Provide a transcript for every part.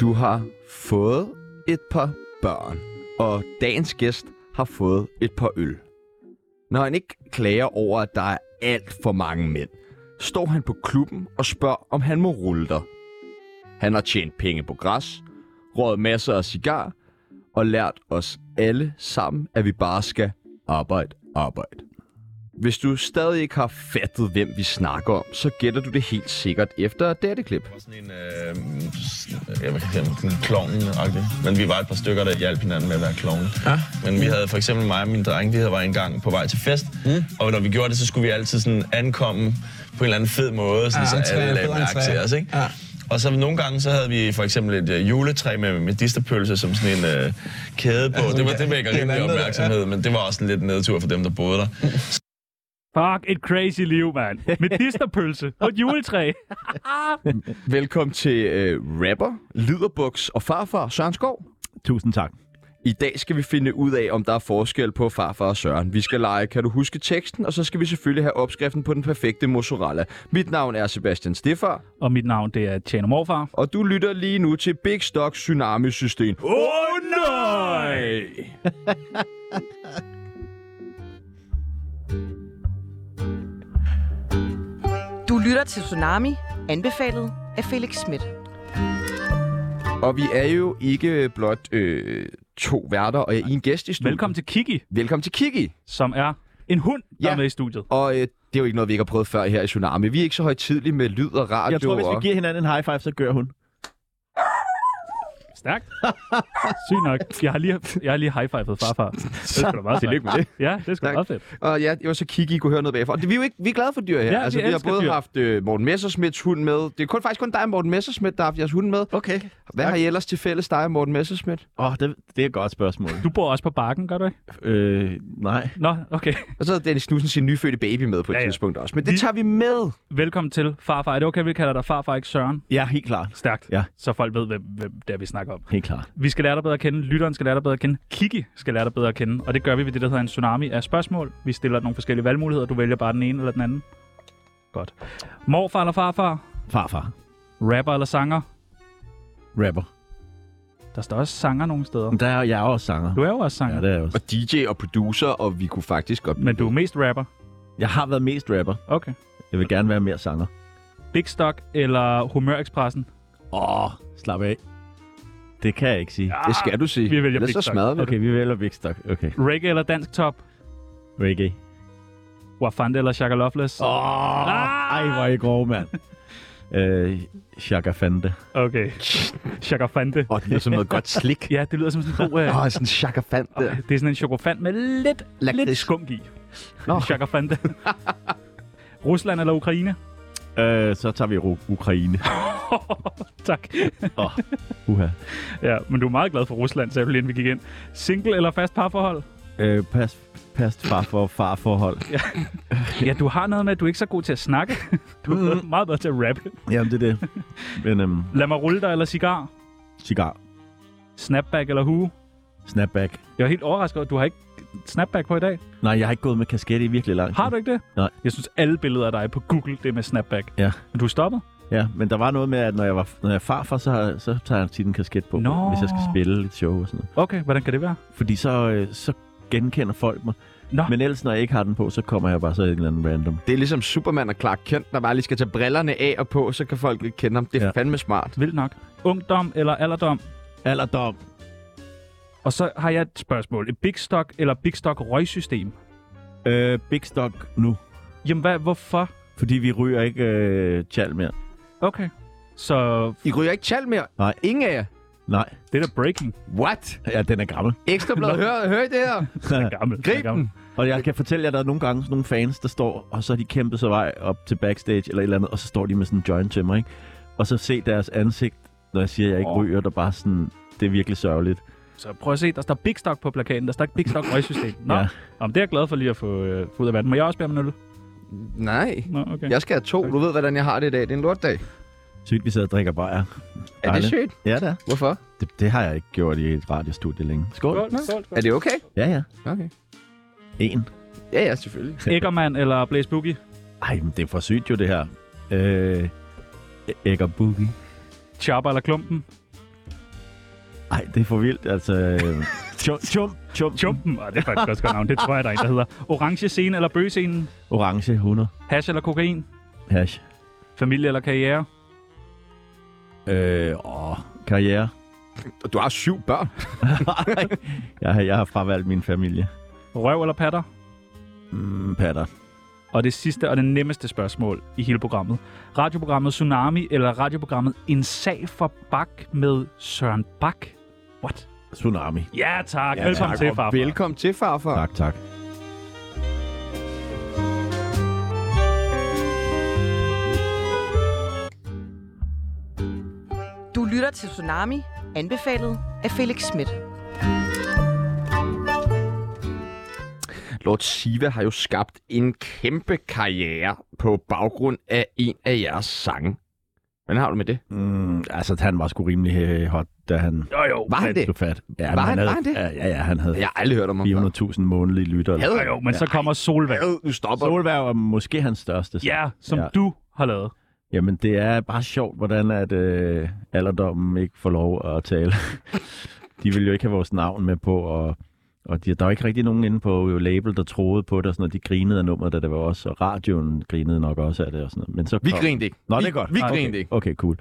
Du har fået et par børn, og dagens gæst har fået et par øl. Når han ikke klager over, at der er alt for mange mænd, står han på klubben og spørger, om han må rulle dig. Han har tjent penge på græs, røget masser af cigar og lært os alle sammen, at vi bare skal arbejde, arbejde. Hvis du stadig ikke har fattet, hvem vi snakker om, så gætter du det helt sikkert efter dette klip. var sådan en, øh, jeg ved ikke, sådan en klovn Men vi var et par stykker, der hjalp hinanden med at være klovne. Ja. Men vi havde for eksempel mig og min dreng, vi havde var engang på vej til fest. Mm. Og når vi gjorde det, så skulle vi altid sådan ankomme på en eller anden fed måde, sådan, Ja, ja, så entré, alle fed lagde mærke entré. til os. Ikke? Ja. Og så nogle gange, så havde vi for eksempel et øh, juletræ med medisterpølse som sådan en øh, kæde på. Altså, det var ja, det vækker det er rimelig en anden, opmærksomhed, ja. men det var også en lidt nedtur for dem, der boede der. Fuck, et crazy liv, mand. Medisterpølse og et juletræ. Velkommen til øh, rapper, liderbuks og farfar Søren Skov. Tusind tak. I dag skal vi finde ud af, om der er forskel på farfar og Søren. Vi skal lege, kan du huske teksten, og så skal vi selvfølgelig have opskriften på den perfekte mozzarella. Mit navn er Sebastian Stiffar, Og mit navn, det er Tjano Morfar. og du lytter lige nu til Big Stock Tsunami System. Åh oh, nej! Du lytter til Tsunami, anbefalet af Felix Schmidt. Og vi er jo ikke blot øh, to værter og en gæst i studiet. Velkommen til Kiki, Velkommen til Kiki. som er en hund, der Ja. ja. er med i studiet. Og øh, det er jo ikke noget, vi ikke har prøvet før her i Tsunami. Vi er ikke så højtidlige med lyd og radio. Jeg tror, hvis og- vi giver hinanden en high five, så gør hun. Stærkt. Sygt nok. Jeg har lige, jeg har lige high-fivet farfar. Det skal du bare Tillykke med det. Ja, det skal Tak. du meget fedt. Og ja, det var så Kiki, I kunne høre noget bagfra. Og Det, vi er jo ikke, vi er glade for dyr her. Ja, vi altså, vi har elsker både dyr. haft øh, Morten Messersmiths hund med. Det er kun, faktisk kun dig og Morten Messersmith, der har haft jeres hund med. Okay. Hvad har I ellers til fælles, dig og Morten Messersmith? Åh, oh, det, det er et godt spørgsmål. Du bor også på bakken, gør du ikke? øh, nej. Nå, okay. Og så havde Dennis Knudsen sin nyfødte baby med på et ja, Ja, ja. ja. tidspunkt også. Men det Vi- tager vi med. Velkommen til farfar. Er det okay, vi kalder dig farfar, ikke Søren? Ja, helt klart. Stærkt. Ja. Så folk ved, hvem, hvem det er, vi snakker om. Helt klart. Vi skal lære dig bedre at kende, lytteren skal lære dig bedre at kende, Kiki skal lære dig bedre at kende, og det gør vi ved det, der hedder en tsunami af spørgsmål. Vi stiller nogle forskellige valgmuligheder, du vælger bare den ene eller den anden. Godt. Morfar eller farfar? Farfar. Rapper eller sanger? Rapper. Der står også sanger nogle steder. Der er jeg er også sanger. Du er jo også Ja, sanger, det er jeg også. Og DJ og producer, og vi kunne faktisk godt... men du er mest rapper. Jeg har været mest rapper. Okay. Jeg vil gerne være mere sanger. Big Stock eller Humørekspressen? Åh, oh, slap af. Det kan jeg ikke sige. Det skal du sige. Vi vælger Ellers Big så Stock. smadrer vi okay. Okay, vi vælger Big Stock. Okay. Reggae eller dansk top? Reggae. Wafande eller Shaka Loveless? Åh, oh, Ah! ej, hvor er I grove, mand. øh, Chaka Fante. Okay. Shaka Fante. Og det lyder som noget godt slik. Ja, det lyder som sådan en god... Åh, Øh, oh, sådan en chakafant der. det er sådan en chokofant med lidt, lidt Lakrids. skum i. Nå. Shaka Fante. Rusland eller Ukraine? Øh, så tager vi Ru- Ukraine. Tak. Åh, uha. Ja, men du er meget glad for Rusland, sagde du lige inden vi gik ind. Single eller fast parforhold? Øh, pas, pas far for far forhold. Ja, du har noget med, at du er ikke så god til at snakke. Du er meget bedre til at rappe. Jamen, det er det. Men øhm, Lad mig rulle dig eller cigar? cigar, Snapback eller hue? snapback. Jeg er helt overrasket over, at du har ikke snapback på i dag. Nej, jeg har ikke gået med kasket i virkelig lang tid. Har du ikke det? Nej. Jeg synes, alle billeder af dig på Google, det er med snapback. Ja. Men du er stoppet? Ja, men der var noget med, at når jeg, var, når jeg er farfar, så, så tager jeg tit en kasket på, Nå. hvis jeg skal spille et show og sådan noget. Okay, hvordan kan det være? Fordi så, øh, så genkender folk mig. Nå. Men ellers, når jeg ikke har den på, så kommer jeg bare så i en eller anden random. Det er ligesom Superman og Clark Kent, der bare lige skal tage brillerne af og på, så kan folk ikke kende ham. Det er ja. Ja. fandme smart. Vildt nok. Ungdom eller alderdom? Alderdom. Og så har jeg et spørgsmål. Et Big Stock eller Big Stock røgsystem? Øh, big stock nu. Jamen, hvad, hvorfor? Fordi vi ryger ikke øh, tjal mere. Okay. Så I ryger ikke tjal mere. Nej. Ingen af jer. Nej. det er da breaking. What? Ja, den er gammel. Ekstrabladet, hør, hør I det her? Gammel. Grib Gammel. den. Og jeg kan fortælle jer, at der er nogle gange sådan nogle fans, der står, og så har de kæmpet sig vej op til backstage eller et eller andet, og så står de med sådan en joint til mig, ikke? Og så se deres ansigt, når jeg siger, at jeg ikke Åh. ryger, der bare sådan, det er virkelig sørgeligt. Så prøv at se, der står Big Stock på plakaten. Der står ikke Big Stock røgsystem. Nå, ja. Ja. Om det er jeg glad for lige at få, øh, få ud af verden. Må jeg også bære med en øl? Nej. Nå, okay. Jeg skal have to. Du ved, hvordan jeg har det i dag. Det er en lortdag. Sygt, vi sidder og drikker bajer. Er det Dejligt. sygt? Ja, det er. Hvorfor? Det, det har jeg ikke gjort i et radiostudie længe. Skål. Skål, skål, skål. Er det okay? Ja, ja. Okay. En. Ja, ja, selvfølgelig. Æggermand eller Blaze Boogie? Ej, men det er for sygt jo, det her. Øh, Ægger Boogie. Chopper eller Klumpen? Ej, det er for vildt, altså. øh, Chum, chum, chum. Jumpen, og det er faktisk også godt navn. Det tror jeg, der er en, der hedder. Orange scene eller bøgescenen. Orange, 100. Hash eller kokain. Hash. Familie eller karriere. Øh, åh. Karriere. Du har syv børn. jeg, har, jeg har fravalgt min familie. Røv eller patter. Mm, patter. Og det sidste og det nemmeste spørgsmål i hele programmet. Radioprogrammet Tsunami eller radioprogrammet En sag for Bak med Søren Bak? What? Tsunami. Ja tak, ja, velkommen tak, til, og farfar. Velkommen til, farfar. Tak, tak. Du lytter til Tsunami, anbefalet af Felix Schmidt. Lord Siva har jo skabt en kæmpe karriere på baggrund af en af jeres sange. Hvordan har du med det? Mm, altså, han var sgu rimelig øh, hot, da han Jo jo, Var han det? blev fat. Ja, Var han- havde, var han det? Ja, ja, ja, han havde Jeg har aldrig hørt om ham. 400.000 månedlige lytter. Havde jo, jo, men så kommer Solvand. Ad, nu stopper du. Solvær var måske hans største. Ja, som Ja. du har lavet. Jamen, det er bare sjovt, hvordan at, øh, alderdommen ikke får lov at tale. de ville jo ikke have vores navn med på, og, og de, der var ikke rigtig nogen inde på jo, label, der troede på det, og sådan noget. De grinede af nummeret, da det var også, og radioen grinede nok også af det. Og sådan noget. Men så Vi kom- grinede ikke. Nå, vi, det er godt. Vi Ah, okay. grinede ikke. Okay, cool.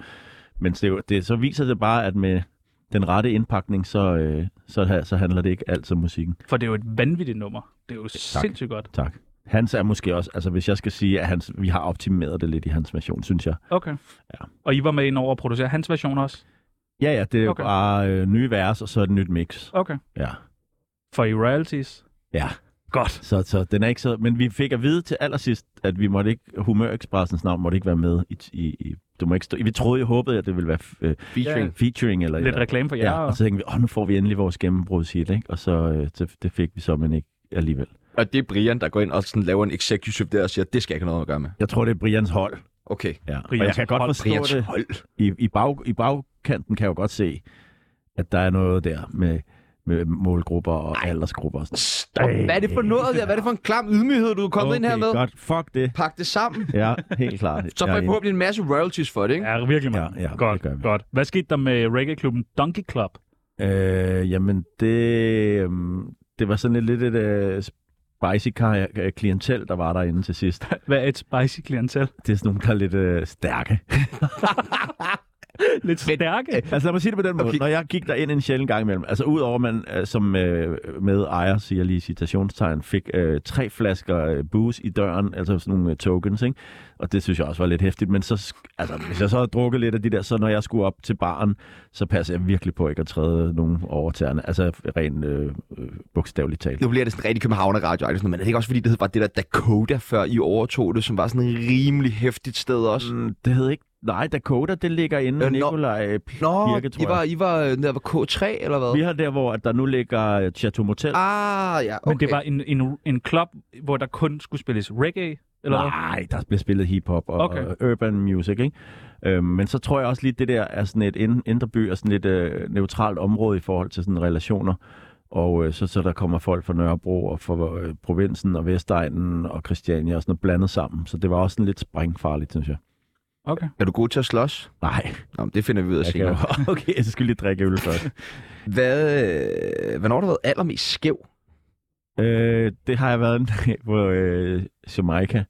Men det, er jo- det, så viser det bare, at med den rette indpakning, så, øh, så, ha- så handler det ikke alt om musikken. For det er jo et vanvittigt nummer. Det er jo sindssygt godt. Tak. Hans er måske også, altså hvis jeg skal sige, at hans, vi har optimeret det lidt i hans version, synes jeg. Okay. Ja. Og I var med ind over at producere hans version også? Ja, ja, det er jo Okay. bare øh, nye vers, og så et nyt mix. Okay. Ja. For i royalties? Ja, Godt. så, så den er ikke så... Men vi fik at vide til allersidst, at vi måtte ikke... Humørexpressens navn måtte ikke være med i... i, i du må ikke stå, vi troede, jeg håbede, at det ville være øh, Featuring. featuring eller... Lidt reklame for jer. Ja, og så tænkte vi, åh, nu får vi endelig vores gennembrudshit, ikke? Og så øh, det, det fik vi så, men ikke alligevel. Og det er Brian, der går ind og sådan laver en executive der og siger, det skal jeg ikke have noget at gøre med. Jeg tror, det er Brians hold. Okay. Ja. og Brians jeg kan godt hold. forstå Brians det. hold. I, i, bag, I bagkanten kan jeg jo godt se, at der er noget der med, med målgrupper og Ej. aldersgrupper. Og sådan. Stop. Hvad er det for noget der? Hvad er det for en klam ydmyghed, du er kommet okay, ind her med? godt. Fuck det. Pak det sammen. Ja, helt klart. Så får Jeg er jeg forhåbentlig en masse royalties for det, ikke? Ja, virkelig meget. Ja, ja, det godt, gør vi. godt. Hvad skete der med reggae-klubben Donkey Club? Øh, jamen, det, øhm, det var sådan lidt, lidt et øh, spicy kar- øh, klientel, der var derinde til sidst. Hvad er et spicy klientel? Det er sådan nogle, der er lidt øh, stærke. Lidt stærke. Altså lad mig sige det på den måde. Okay. Okay. Når jeg gik derind en sjældent gang imellem, altså udover at man øh, som øh, med ejer, siger jeg lige i citationstegn, fik øh, tre flasker øh, booze i døren, altså sådan nogle øh, tokens, ikke? Og det synes jeg også var lidt hæftigt, men så, sk- altså, hvis jeg så havde drukket lidt af de der, så når jeg skulle op til baren, så passer jeg virkelig på ikke at træde nogen over tæerne. Altså rent øh, øh, bogstaveligt talt. Nu bliver det sådan rigtig københavner radio men er det ikke også fordi, det hed bare det der Dakota, før I overtog det, som var sådan et rimelig hæftigt sted også? Mm, Det hed ikke... Nej, Dakota, det ligger inde Øh, øh, nå. Nikolaj øh, P- Nå, Kirke, tror I var, I var øh, der var K3, eller hvad? Vi har der, hvor at der nu ligger øh, Chateau Motel. Ah, ja, okay. Men det var en, en, en klub, hvor der kun skulle spilles reggae? Eller hvad? Nej, der bliver spillet hiphop og, Okay. okay. og urban music, ikke? Øhm, men så tror jeg også lige, det der er sådan et ind- indre by og sådan et øh, neutralt område i forhold til sådan relationer. Og øh, så, så der kommer folk fra Nørrebro og fra øh, provinsen og Vestegnen og Christiania og sådan noget blandet sammen. Så det var også sådan lidt sprængfarligt, synes jeg. Okay. Er du god til at slås? Nej, Nå, men det finder vi ud af jeg kan senere. jo. Okay, så skal vi lige drikke øl først. Hvad, øh, hvornår har du været allermest skæv? Øh, det har jeg været en dag på øh, Jamaica,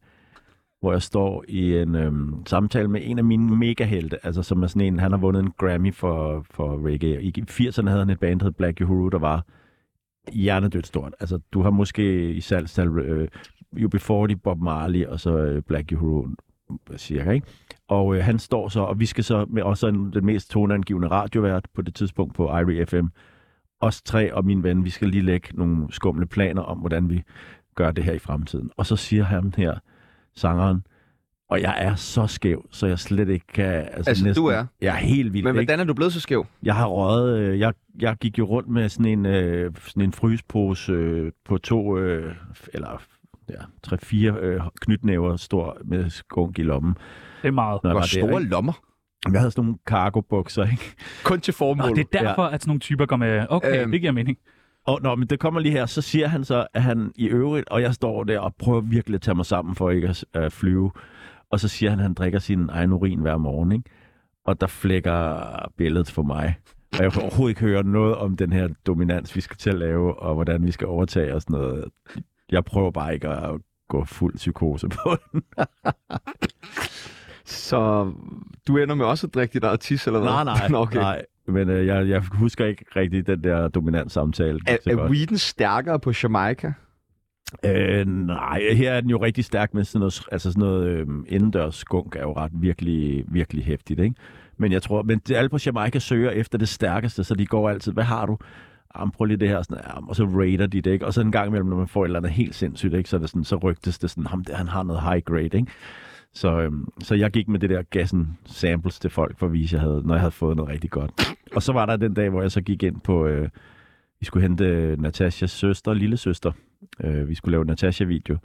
hvor jeg står i en øh, samtale med en af mine megahelte, altså som er sådan en, han har vundet en Grammy for, for reggae. I 80'erne havde han et band, der hed Black Uhuru, der var hjernedødt stort. Altså, du har måske i salgstal øh, UB40, Bob Marley og så øh, Black Uhuru cirka, ikke? Og øh, han står så, og vi skal så med også en, den mest toneangivende radiovært på det tidspunkt på Irie FM, os tre og min ven, vi skal lige lægge nogle skumle planer om, hvordan vi gør det her i fremtiden. Og så siger han her, sangeren, og jeg er så skæv, så jeg slet ikke kan... Altså, Altså, du næsten, er? Jeg er helt vildt, Men ikke? hvordan er du blevet så skæv? Jeg har røget, øh, jeg, jeg gik jo rundt med sådan en, øh, sådan en frysepose øh, på to, øh, eller ja, tre-fire øh, knytnæver stor med skunk i lommen. Det er meget. Du Når jeg, var har der, store ikke? lommer. jeg havde sådan nogle cargo-bukser, ikke? Kun til Nå, formål. det er derfor, at sådan nogle typer går med... Okay, Øhm. det giver mening. Og nå, men det kommer lige her, så siger han så, at han i øvrigt, og jeg står der og prøver virkelig at tage mig sammen for ikke at øh, flyve, og så siger han, at han drikker sin egen urin hver morgen, ikke? Og der flækker billedet for mig. Og jeg kan overhovedet ikke høre noget om den her dominans, vi skal til at lave, og hvordan vi skal overtage og sådan noget. Jeg prøver bare ikke at gå fuld psykose på den. Så du ender med også at drikke dit eget tis, eller hvad? Nå, okay. nej. Men øh, jeg, jeg husker ikke rigtig den der dominant samtale. Er, så er godt. weeden stærkere på Jamaica? Øh, nej, her er den jo rigtig stærk med sådan noget, altså sådan noget øh, indendørs skunk er jo ret virkelig, virkelig hæftigt, ikke? Men jeg tror, men det- alle på Jamaica søger efter det stærkeste, så de går altid, hvad har du? Jamen, prøv lige det her, sådan, jamen, og så raider de det, ikke? Og så en gang imellem, når man får et eller andet helt sindssygt, ikke? Så, er det sådan, så rygtes det sådan, ham der, han har noget high grade, ikke? Så, øhm, så jeg gik med det der gassen samples til folk for at vise, jeg havde, når jeg havde fået noget rigtig godt. Og så var der den dag, hvor jeg så gik ind på, øh, vi skulle hente Natashas søster, lille søster, Øh, vi skulle lave en Natasha-video.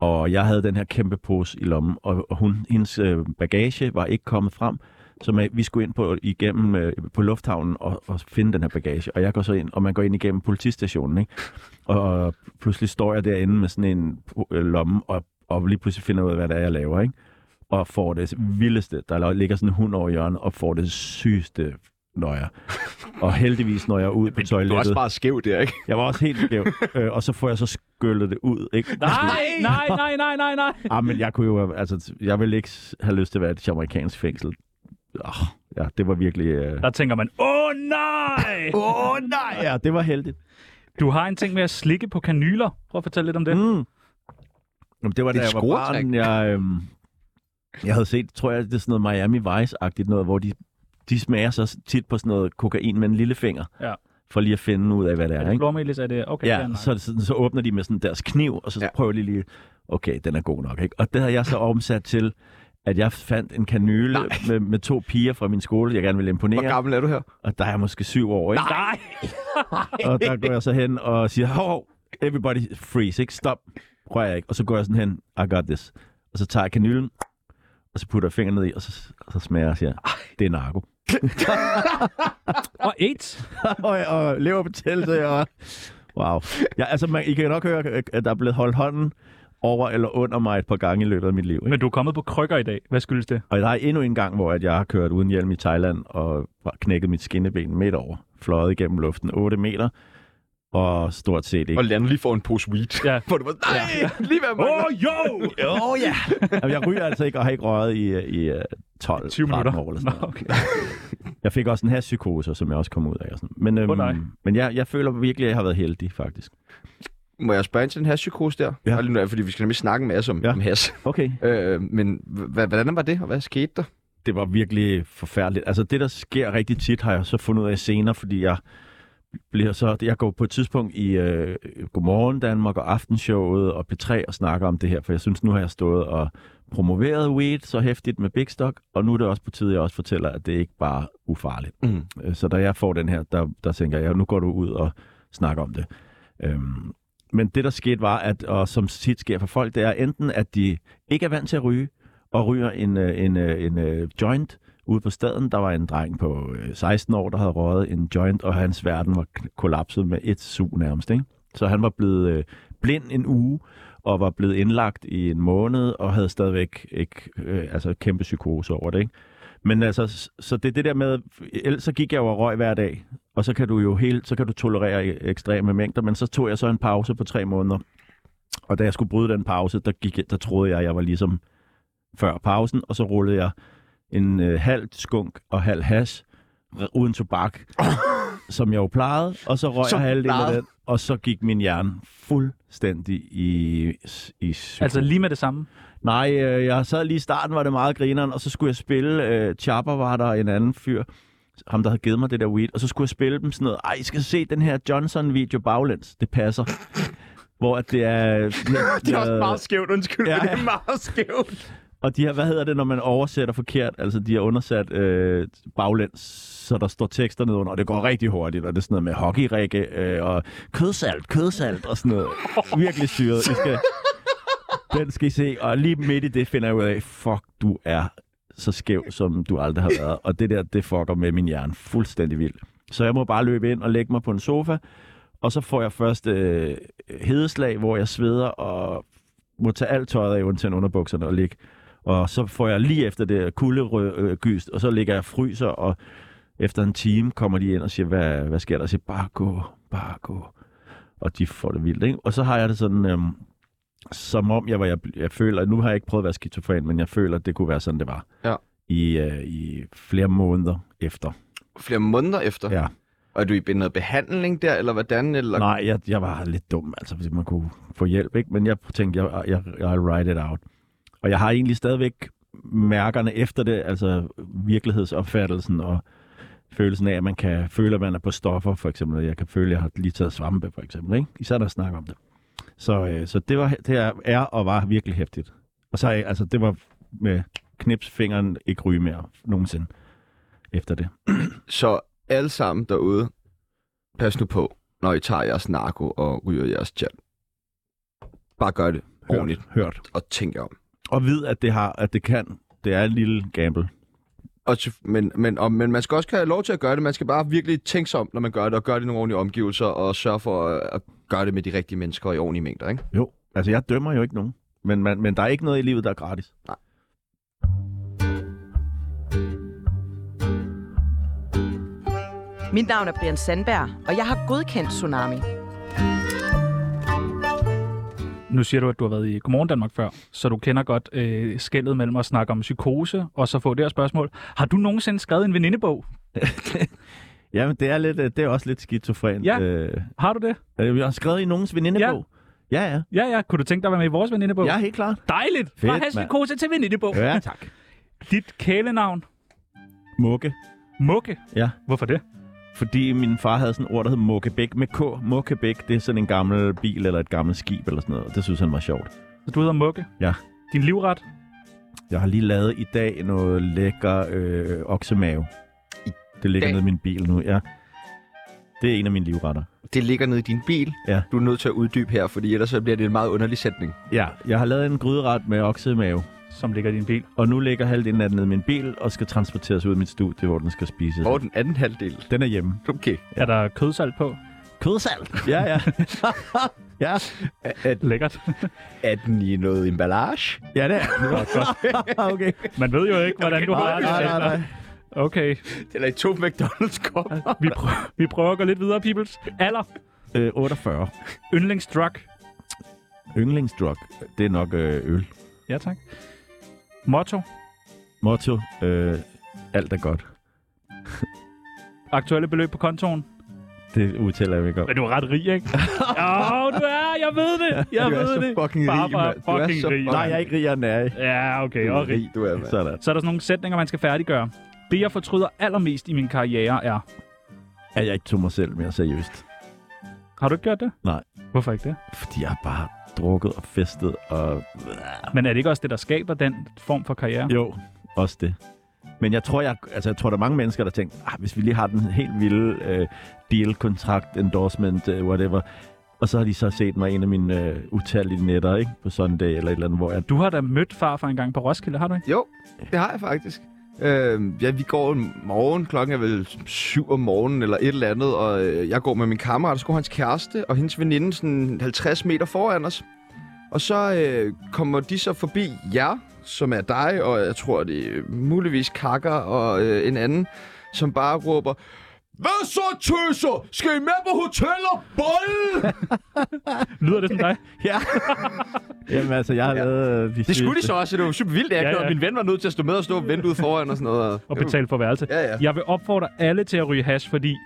Og jeg havde den her kæmpe pose i lommen, og, og hun, hendes øh, bagage var ikke kommet frem. Så man, vi skulle ind på, igennem øh, på lufthavnen og, og finde den her bagage. Og jeg går så ind, og man går ind igennem politistationen. Ikke? Og, og pludselig står jeg derinde med sådan en po- øh, lomme, og, og lige pludselig finder jeg ud af, hvad det er, jeg laver. Ikke? Og får det vildeste. Der ligger sådan en hund over hjørnet, og får det sygeste nøjer. Og heldigvis når jeg er ud på Du er også toilettet. bare skæv der, ikke? Jeg var også helt skæv. øh, og så får jeg så skyllet det ud. Ikke? Nej, nej, nej, nej, nej, nej. Ah, men jeg kunne jo, have- altså, jeg ville ikke s- have lyst til at være i et amerikansk fængsel. Oh, ja, det var virkelig... Øh... Der tænker man, "Oh, åh nej! Åh oh, nej! Ja, det var heldigt. Du har en ting med at slikke på kanyler. Prøv at fortælle lidt om det. Mm. Jamen, det var, da Det er jeg et var scoretræk. barn. Jeg, øhm, jeg havde set, tror jeg, det er sådan noget Miami Vice-agtigt noget, hvor de, de smager så tit på sådan noget kokain med en lille finger. Ja. For lige at finde ud af, hvad det Er er. det Ikke? flormelis? Er det okay? det er Ja, nej. så, så, så åbner de med sådan deres kniv, og så, Ja. så prøver de lige, okay, den er god nok, ikke? Og det havde jeg så omsat til, at jeg fandt en kanyle med, med to piger fra min skole, jeg gerne ville imponere, Hvor gammel er du her? og der er jeg måske syv år, ikke? Nej! Og der går jeg så hen og siger, hov, hov, everybody freeze, ikke? Stop, rør jeg ikke. Og så går jeg sådan hen, I got this. Og så tager jeg kanylen, og så putter jeg fingeren ned i, og så, og så smager jeg og siger, det er narko. Og AIDS? og, og leverbetændelse og... Wow. Ja, altså, man, I kan nok høre, at der er blevet holdt hånden over eller under mig et par gange i løbet af mit liv. Ikke? Men du er kommet på krykker i dag. Hvad skyldes det? Og der er endnu en gang, hvor at jeg har kørt uden hjelm i Thailand og har knækket mit skinneben midt over. Fløjet igennem luften 8 meter. Og stort set ikke. Og lander lige for en pose weed. Ja. Hvor du var, nej, lige hvad jeg Åh, mangler. oh, jo! Åh oh, ja! Jamen, jeg ryger altså ikke og har ikke røget i, øh, i øh, 12 20 13 minutter. År, eller altså. Nå, sådan noget. okay. Jeg fik også en her psykose, som jeg også kom ud af. Og sådan. Men, øhm, Åh, nej. men jeg, jeg føler virkelig, at jeg har været heldig, faktisk. Må jeg spørge ind til den her psykose der? Ja. Bare Lige nu, fordi vi skal nemlig snakke en masse om, Ja. om has. Okay. Øh, men h- hvordan var det, og hvad skete der? det var virkelig forfærdeligt. Altså det, der sker rigtig tit, har jeg så fundet ud af senere, fordi jeg bliver så, jeg går på et tidspunkt i øh, Godmorgen Danmark og Aftenshowet og P3 og snakker om det her, for jeg synes, nu har jeg stået og promoveret weed så hæftigt med Big Stock, og nu er det også på tide, at jeg også fortæller, at det ikke bare er ufarligt. Mm. Øh, Så da jeg får den her, der, der tænker jeg, nu går du ud og snakker om det. Øhm, men det, der skete, var, at, og som tit sker for folk, det er enten, at de ikke er vant til at ryge, og ryger en, øh, en, øh, en, øh, joint ude på staden. Der var en dreng på øh, 16 år, der havde røget en joint, og hans verden var k- kollapset med et sug nærmest. Ikke? Så han var blevet øh, blind en uge, og var blevet indlagt i en måned, og havde stadigvæk ikke, øh, altså kæmpe psykose over det. Ikke? Men altså, s- så det er det der med, ellers så gik jeg jo og røg hver dag, og så kan du jo helt, så kan du tolerere e- ekstreme mængder, men så tog jeg så en pause på tre måneder. Og da jeg skulle bryde den pause, der, gik, jeg- der troede jeg, at jeg var ligesom før pausen, og så rullede jeg en øh, halv skunk og halv hash r- uden tobak, som jeg jo plejede, og så røg Som jeg du halvdelen af plejede. den, og så gik min hjerne fuldstændig i, i psykose. Altså lige med det samme. Nej, øh, jeg sad lige i starten, var det meget grineren, og så skulle jeg spille, øh, Chopper var der en anden fyr, ham der havde givet mig det der weed, og så skulle jeg spille dem sådan noget, ej, I skal se den her Johnson-video baglæns, det passer. Hvor at det er... Det er også meget skævt, undskyld, Ja, ja, men ja. det er meget skævt. Og de her, hvad hedder det, når man oversætter forkert? Altså, de har undersat øh, baglæns, så der står tekster nedenunder, og det går rigtig hurtigt, og det er sådan noget med hockeyrække øh, og kødsalt, kødsalt og sådan noget. Virkelig syret. I skal, den skal I se, og lige midt i det finder jeg ud af, fuck, du er så skæv, som du aldrig har været. Og det der, det fucker med min hjerne fuldstændig vildt. Så jeg må bare løbe ind og lægge mig på en sofa, og så får jeg først øh, hedeslag, hvor jeg sveder og må tage alt tøjet af, undtagen underbukserne og ligge. Og så får jeg lige efter det kuldegyst, og så ligger jeg og fryser og Efter en time kommer de ind og siger, hvad, hvad sker der? Og siger, bare gå, bare gå. Og de får det vildt, ikke? Og så har jeg det sådan, øhm, som om jeg var, jeg, jeg føler, nu har jeg ikke prøvet at være skizofren, men jeg føler, at det kunne være sådan, det var. Ja. I, øh, I flere måneder efter. Flere måneder efter? Ja. Og er du i ben- noget behandling der, eller hvordan? Eller... Nej, jeg, jeg var lidt dum, altså, fordi man kunne få hjælp, ikke? Men jeg tænkte, jeg, jeg, jeg write it out. Og jeg har egentlig stadigvæk mærkerne efter det, altså virkelighedsopfattelsen og følelsen af, at man kan føle, at man er på stoffer, for eksempel. Jeg kan føle, at jeg har lige taget svampe, for eksempel, ikke? Især når jeg snakker om det. Så, øh, så det, var, det er, er og var virkelig hæftigt. Og så, øh, altså, det var med knipsfingeren ikke ryge mere nogensinde efter det. Så alle sammen derude, pas nu på, når I tager jeres narko og ryger jeres chat. Bare gør det ordentligt hørt. og tænk jer om. Og vid, at det, har, at det kan. Det er en lille gamble. Og, så- men, men, og, men man skal også have lov til at gøre det. Man skal bare virkelig tænke sig om, når man gør det, og gøre det i nogle ordentlige omgivelser, og sørge for øh, at, at gøre det med de rigtige mennesker og i ordentlige mængder. Ikke? Jo, altså jeg dømmer jo ikke nogen. Men, man, men der er ikke noget i livet, der er gratis. Mit navn er Brian Sandberg, og jeg har godkendt Tsunami. Nu siger du, at du har været i Godmorgen Danmark før, så du kender godt øh, skældet mellem at snakke om psykose og så få det her spørgsmål. Har du nogensinde skrevet en venindebog? Jamen, det er, lidt, øh, det er også lidt skizofrent. Ja. Øh, Har du det? øh, jeg har skrevet i nogens venindebog. Ja, ja. Ja, ja. Kunne du tænke dig at være med i vores venindebog? Ja, helt klart. Dejligt! Fedt, Fra hashpsykose til venindebog. Ja, tak. Dit kælenavn? Mukke. Mukke. Ja. Hvorfor det? Fordi min far havde sådan et ord, der hed Mukkebæk med K. Mukkebæk, det er sådan en gammel bil eller et gammelt skib eller sådan noget. Det synes han var sjovt. Så du hedder Mukke. Ja. Din livret? Jeg har lige lavet i dag noget lækker øh, oksemave. Det ligger dag? nede i min bil nu, ja. Det er en af mine livretter. Det ligger nede i din bil. Ja. Du er nødt til at uddybe her, fordi ellers så bliver det en meget underlig sætning. Ja, jeg har lavet en gryderet med oksemave. som ligger i din bil. Og nu ligger halvdelen af den nede i min bil og skal transporteres ud af mit studie, hvor den skal spises. Hvor er den anden halvdel? Den er hjemme. Okay. Ja. Er der kødsalt på? Kødsalt! Ja, ja. ja. Er, er, Lækkert. er den i noget emballage? ja, det er den. Ah, okay. Man ved jo ikke, hvordan du har Nej, det. nej, nej, nej. Okay, Den er i to McDonald's-kopper. vi, prøver, vi prøver at gå lidt videre, peoples. Alder. Øh, 48. Yndlingsdrug. Yndlingsdrug. Det er nok øh, øl. Ja, tak. Motto. Motto. Øh, alt er godt. Aktuelle beløb på kontoen. Det udtaler jeg ikke om. Men du er ret rig, ikke? Åh, oh, du er! Jeg ved det! Jeg du ved er så det! fucking rig, Barbara er mand. Du er fucking så rig. Nej, jeg er ikke rig, jeg er nærig. Ja, okay. Og rig. Rig, du er, mand. Sådan. Så er der sådan nogle sætninger, man skal færdiggøre. Det, jeg fortryder allermest i min karriere, er... At jeg ikke tog mig selv mere seriøst. Har du ikke gjort det? Nej. Hvorfor ikke det? Fordi jeg har bare drukket og festet og... Men er det ikke også det, der skaber den form for karriere? Jo, også det. Men jeg tror, jeg, altså, jeg tror, der er mange mennesker, der tænker, ah, hvis vi lige har den helt vilde øh, deal, kontrakt, endorsement, øh, whatever. Og så har de så set mig en af mine øh, utallige netter, ikke? På Sunday eller et eller andet, hvor jeg... Du har da mødt far for en gang på Roskilde, har du ikke? Jo, det har jeg faktisk. Øh, ja, vi går en morgen, klokken er vel syv om morgenen eller et eller andet, og øh, jeg går med min kammerat, og så går hans kæreste og hendes veninde sådan 50 meter foran os. Og så øh, kommer de så forbi jer, som er dig, og jeg tror, det er muligvis Kakker og øh, en anden, som bare råber, Hvad så, tøser? Skal I med på hotel og bolle? Lyder det som dig? Ja! Jamen altså, jeg har Ja. lavet... Øh, de det skulle de så også, det var super vildt, at Ja, ja, ja. ja. min ven var nødt til at stå med og stå og vente ude foran og sådan noget. Og betale for værelse. Ja, ja. Jeg vil opfordre alle til at ryge hash, fordi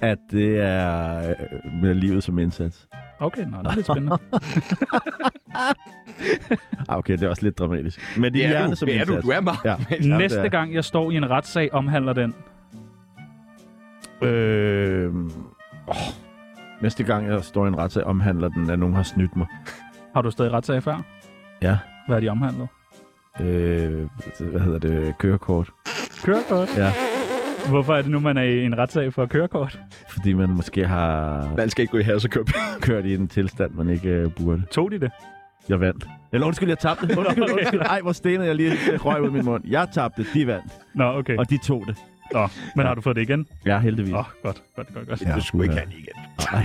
At det er øh, med livet som indsats. Okay, nå, det er lidt spændende. Ah, okay, det er også lidt dramatisk. Men det er, Det er hjerne du, som det er indsats. du, du er meget. Ja. Ja, det Næste er. gang, jeg står i en retssag, omhandler den. Øh, åh. Næste gang, jeg står i en retssag, omhandler den, at nogen har snydt mig. Har du stadig retssag før? Ja. Hvad er de omhandlet? Øh, hvad hedder det? Kørekort. Kørekort. Ja. Hvorfor er det nu, man er i en retssag for kørekort? Fordi man måske har Man skal ikke gå i hassekøb. kørt i en tilstand, man ikke øh, burde. Tog de det? Jeg vandt. Eller undskyld, jeg tabte. Undskyld, undskyld. Ej, hvor stenede jeg lige Det røg ud af min mund. Jeg tabte, de vandt. Nå, okay. Og de tog det. Nå, men har du fået det igen? Åh, Ja, heldigvis. oh, godt, godt, godt, godt. Ja, puha. igen. Ej.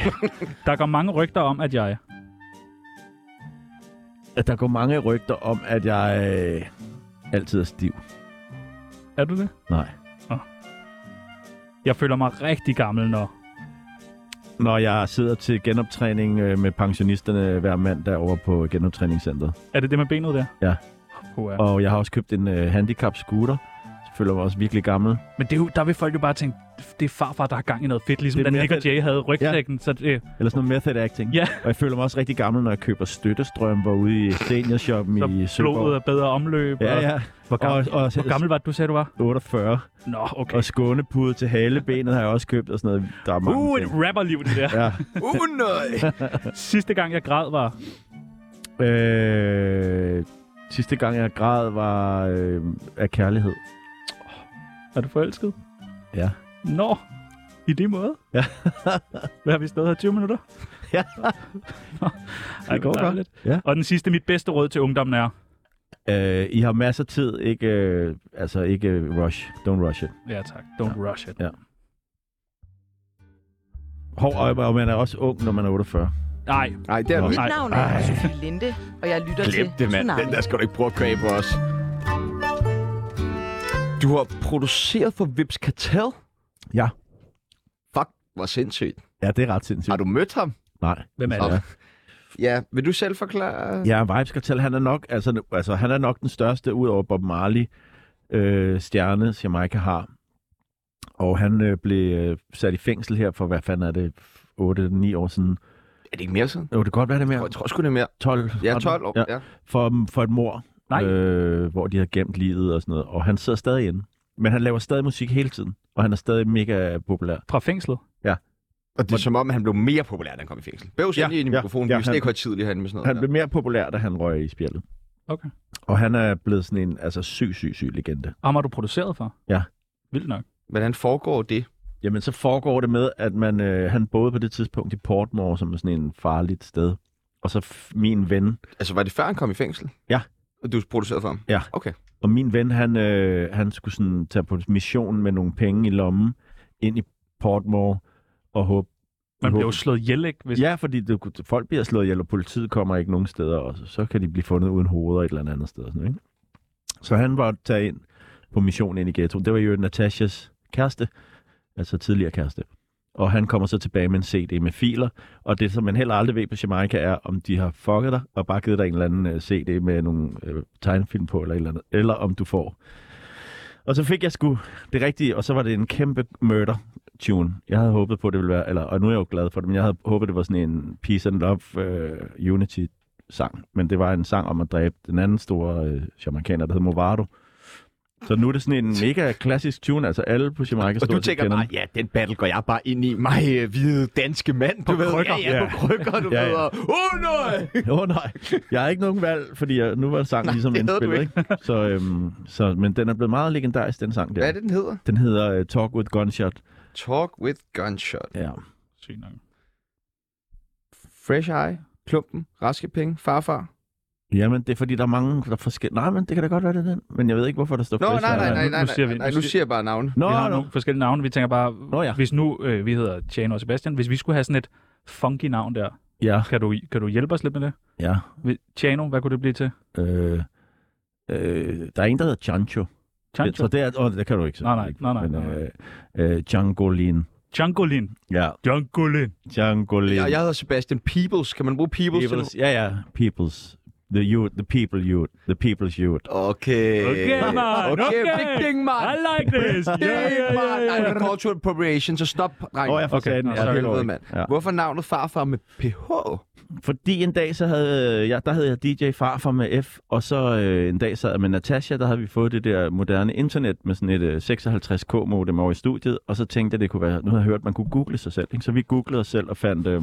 Der går mange rygter om, at jeg... At Der går mange rygter om, at jeg øh, altid er stiv. Er du det? Nej. Nå. Jeg føler mig rigtig gammel, når... Når jeg sidder til genoptræning øh, med pensionisterne hver mandag over på genoptræningscenteret. Er det det med benet der? Ja. Puha. Og jeg har også købt en øh, handicap-scooter. Så føler jeg mig også virkelig gammel. Men det er jo, der vil folk jo bare tænke, det er farfar, der har gang i noget fedt, ligesom Det er da mere Nick og fedt. Jay havde rygdækken. Ja. Så det, Eller sådan noget method acting. Ja. Og jeg føler mig også rigtig gammel, når jeg køber støttestrømper ude i seniorshoppen i så blodet Søborg. er bedre omløb. Ja, og- ja. Hvor gammel, Og- og- hvor gammel var det, du sagde, du var? 48. Nå, okay. Og skånepude til halebenet har jeg også købt og sådan noget. Der er mange Uh, ting. et rapperliv, det der. Ja. Uh, nej. Sidste gang, jeg græd, var... Øh, sidste gang, jeg græd, var øh, af kærlighed. Er du forelsket? Ja. Nå, i det måde. Ja. Hvad har vi stået her 20 minutter? Ja. Nå, Ej, går godt. dejligt. Ja. Og den sidste, mit bedste råd til ungdommen er... Øh, I har masser af tid, ikke, øh, altså ikke øh, rush. Don't rush it. Ja tak, don't ja. rush it. Hov, og, og man er også ung, når man er 48. Nej, Nej, det er du Mit ikke. Nej. navn er Sofie Linde, og jeg lytter Glem til det, mand. Tsunami. Den der skal du ikke prøve at kvæle på os. Du har produceret for Vips Kartel? Ja. Fuck, hvor sindssygt. Ja, det er ret sindssygt. Har du mødt ham? Nej. hvem er Nå. det? Ja, vil du selv forklare? Ja, Vibes Cartel, han er nok, altså, altså, han er nok den største, udover Bob Marley, øh, stjerne, Jamaica har. Og han øh, blev øh, sat i fængsel her for, hvad fanden er det, 8-9 år siden. Er det ikke mere sådan? Jo, det kan godt være det Jeg tror, er mere. jeg tror sgu, det er mere. 12. Jeg er 13. 12 år. Ja, Ja. for, for et mor, Nej. øh, hvor de havde gemt livet og sådan noget. Og han sidder stadig inde. Men han laver stadig musik hele tiden, og han er stadig mega populær. Fra fængslet? Og det er som om, han blev mere populær, da han kom i fængsel. Bøvs Ja, ja, ind i ja, mikrofonen. ja, Ja, vi er han- slet ikke højtidlige herinde med sådan noget. Han blev mere populær, da han røg i spjældet. Okay. Og han er blevet sådan en altså, syg, syg, syg legende. Ham har du produceret for? Ja. Vildt nok. der. Hvordan foregår det? Jamen, så foregår det med, at man, øh, han boede på det tidspunkt i Portmore, som er sådan en farligt sted. Og så f- min ven, Altså, var det før, han kom i fængsel? Ja. Og du producerede for ham? Ja. Okay. og min ven, han, øh, han skulle sådan tage på mission med nogle penge i lommen ind i Portmore og håbe. Man bliver jo håbe- slået ihjel, ikke? Hvis... Ja, fordi det, kunne- folk bliver slået ihjel, og politiet kommer ikke nogen steder, og så, så kan de blive fundet uden hoveder et eller andet sted. og Sådan, noget, ikke? Så han var taget ind på mission ind i ghettoen. Det var jo Natashas kæreste, altså tidligere kæreste. Og han kommer så tilbage med en CD med filer, og det, som man heller aldrig ved på Jamaica, er, om de har fucket dig, og bare givet dig en eller anden øh, CD med nogle øh, tegnefilm på, eller, et eller, andet, eller om du får. Og så fik jeg sgu det rigtige, og så var det en kæmpe murder tune. Jeg havde håbet på, det ville være, eller, og nu er jeg jo glad for det, men jeg havde håbet, det var sådan en Peace and Love øh, Unity sang. Men det var en sang om at dræbe den anden store øh, jamaikaner, der hed Movado. Så nu er det sådan en mega klassisk tune, altså alle på Jamaica Og stort du set tænker kender bare, den. ja, den battle går jeg bare ind i. Mig øh, hvide danske mand, du ved. krykker. Ja, ja, på Ja. krykker, du Ja, ja, ja. ja. ved. og, Åh, nej! Åh oh, nej, jeg har ikke nogen valg, fordi jeg, nu var sangen ligesom det havde du indspillet, ikke? Så, øhm, så, men den er blevet meget legendarisk, den sang der. Hvad er det, den hedder? Den hedder øh, Talk with Gunshot. Talk with Gunshot. Ja. Sygt nok. Fresh Eye. Klumpen. Raske penge. Farfar. Jamen, det er fordi, der er mange der er forskellige... Nej, men det kan da godt være, det er den. Men jeg ved ikke, hvorfor der står Nå, nej, Fresh nej, Air. nej, nej, nej, nu siger vi- nej, nej, nu nu siger- siger jeg bare navne. Nå, vi har nå. nogle forskellige navne. Vi tænker bare, Nå ja. hvis nu, øh, vi hedder Tjano og Sebastian, hvis vi skulle have sådan et funky navn der, Ja, kan du, kan du hjælpe os lidt med det? ja. Vi- Tjano, hvad kunne det blive til? Øh, øh, der er en, der hedder Chancho. Chancho? Så det er... Åh, det kan du ikke. så. Nej, nej, nej, nej, Men, nej, nej. øh, øh, Djangolin. Djangolin. Ja, Djangolin. Djangolin. Jeg, jeg hedder Sebastian Peebles. Kan man bruge Peebles? til Peoples. Ja, ja. Peoples. The youth, the people youth, the people's youth. noget? Okay. Okay, man. Okay, Okay. big ding, I man. like this. Yeah, yeah, Ding, man. yeah, Ej, det yeah. er cultural appropriation, så stop, dreng. Åh, jeg for Okay, satan, nå, ja, sorry. det går Helvede, ikke. mand. Ja. Hvorfor navnet farfar med PH? Fordi en dag, så havde jeg, der hed jeg DJ Farfar med F, og så øh, en dag sad jeg med Natasha, der havde vi fået det der moderne internet med sådan et øh, 56k modem over i studiet, og så tænkte jeg, det kunne være, nu havde jeg hørt, man kunne google sig selv, ikke? så vi googlede os selv og fandt øh,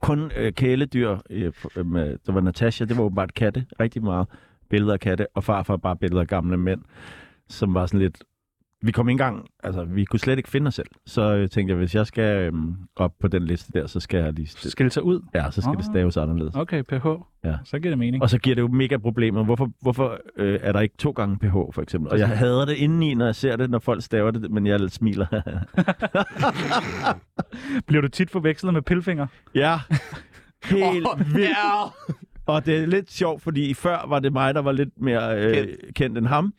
kun øh, kæledyr, øh, f- øh, med, der var Natasha, det var åbenbart katte, rigtig meget billeder af katte, og farfar bare billeder af gamle mænd, som var sådan lidt, vi kom ikke engang, altså vi kunne slet ikke finde os selv, så øh, tænkte jeg, hvis jeg skal øh, op på den liste der, så skal jeg lige stille Skille sig ud. Ja, så skal Ah. det staves anderledes. Okay, PH. Ja. Så giver det mening. Og så giver det jo mega problemer. Hvorfor, hvorfor øh, er der ikke to gange pH, for eksempel? Og jeg hader det indeni, når jeg ser det, når folk staver det, men jeg smiler. Bliver du tit forvekslet med pilfinger? ja, helt Åh, vildt. Og det er lidt sjovt, fordi før var det mig, der var lidt mere øh, kendt end ham.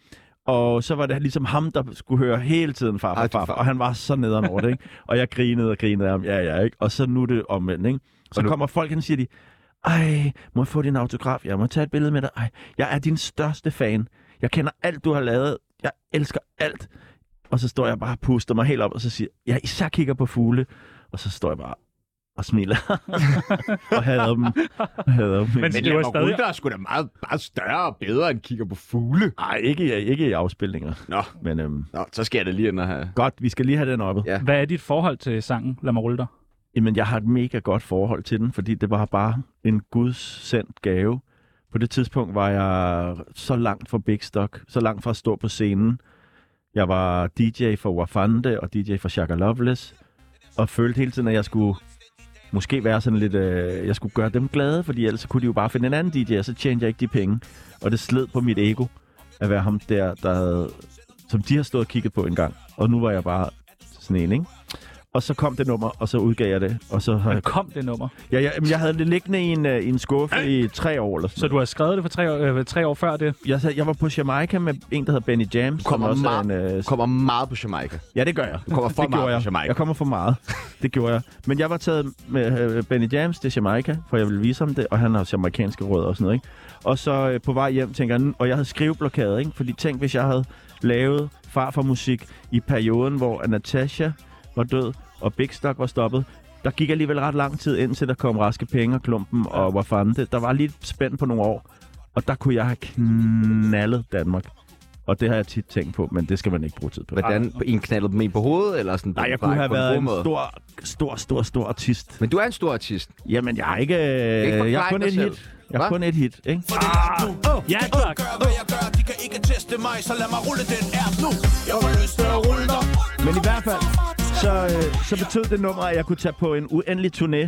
Og så var det ligesom ham, der skulle høre hele tiden farfar, Ej, det er farfar, far. og han var så nederen over det, ikke? Og jeg grinede og grinede af ham, ja, ja, ikke? Og så nu er det omvendt, ikke? Så Og nu- kommer folk, og siger de, ej, må jeg få din autograf? Jeg må tage et billede med dig. Ej, jeg er din største fan. Jeg kender alt, du har lavet. Jeg elsker alt. Og så står jeg bare og puster mig helt op, og så siger jeg, "Jeg især kigger på fugle. Og så står jeg bare og smiler. og hader dem. Og hader dem. Men- Men... Men Men det var Lemmer stadig- Rytter er sgu da meget, meget større og bedre end kigger på fugle. Ej, ikke, i- ikke i afspilninger. Nå. Men øhm, Nå, så skal jeg da lige ind og have... godt, vi skal lige have den oppe. Ja. Hvad er dit forhold til sangen Lad mig rulle dig? Jamen, jeg har et mega godt forhold til den, fordi det var bare en gudsendt gave. På det tidspunkt var jeg så langt fra Big Stock, så langt fra at stå på scenen. Jeg var DJ for Wafande og DJ for Shaka Loveless, og følte hele tiden, at jeg skulle måske være sådan lidt... Øh, jeg skulle gøre dem glade, fordi ellers så kunne de jo bare finde en anden DJ, og så tjente jeg ikke de penge. Og det sled på mit ego at være ham der, der havde, som de har stået og kigget på en gang. Og nu var jeg bare sådan en, ikke? Og så kom det nummer, og så udgav jeg det. Og så har Men jeg, kom det nummer? ja, jeg, jamen, jeg havde det liggende i en, øh, i en skuffe i tre år eller sådan Så du har skrevet det for tre år, øh, tre år før det? jeg, sad, jeg var på Jamaica med en, der hedder Benny James. som Kommer, også er en, meget, øh, kommer meget på Jamaica. ja, det gør jeg. Du kommer for det meget gjorde på jeg. Jamaica. Jeg kommer for meget. Det gjorde jeg. Men jeg var taget med øh, Benny James til Jamaica, for jeg ville vise ham det, og han har også jamaikanske rødder og sådan noget. Ikke? Og så øh, på vej hjem tænker jeg, "N- og jeg havde skriveblokade, ikke? fordi tænk, hvis jeg havde lavet farfarmusik i perioden, hvor Natasha var død, og Big Stock var stoppet. Der gik alligevel ret lang tid, indtil der kom Raske Penge og Klumpen, og hvor fanden det. Der var lige et spænd på nogle år, og der kunne jeg have knaldet Danmark. Og det har jeg tit tænkt på, men det skal man ikke bruge tid på. Hvordan en knaldede dem ind på hovedet, eller sådan? Ah. Nej, jeg kunne have været en stor, stor, stor, stor artist. Men du er en stor artist. Jamen, jeg er ikke... forklare Øh, jeg er kun dig et selv. hit. Jeg Hva? er kun et hit, ikke? Ja, tak. Ah. Gør hvad jeg gør, de kan ikke teste mig Så lad mig rulle den app nu Jeg får lyst til at rulle dig Men i hvert fald, så, øh, så betød det nummer, at jeg kunne tage på en uendelig turné,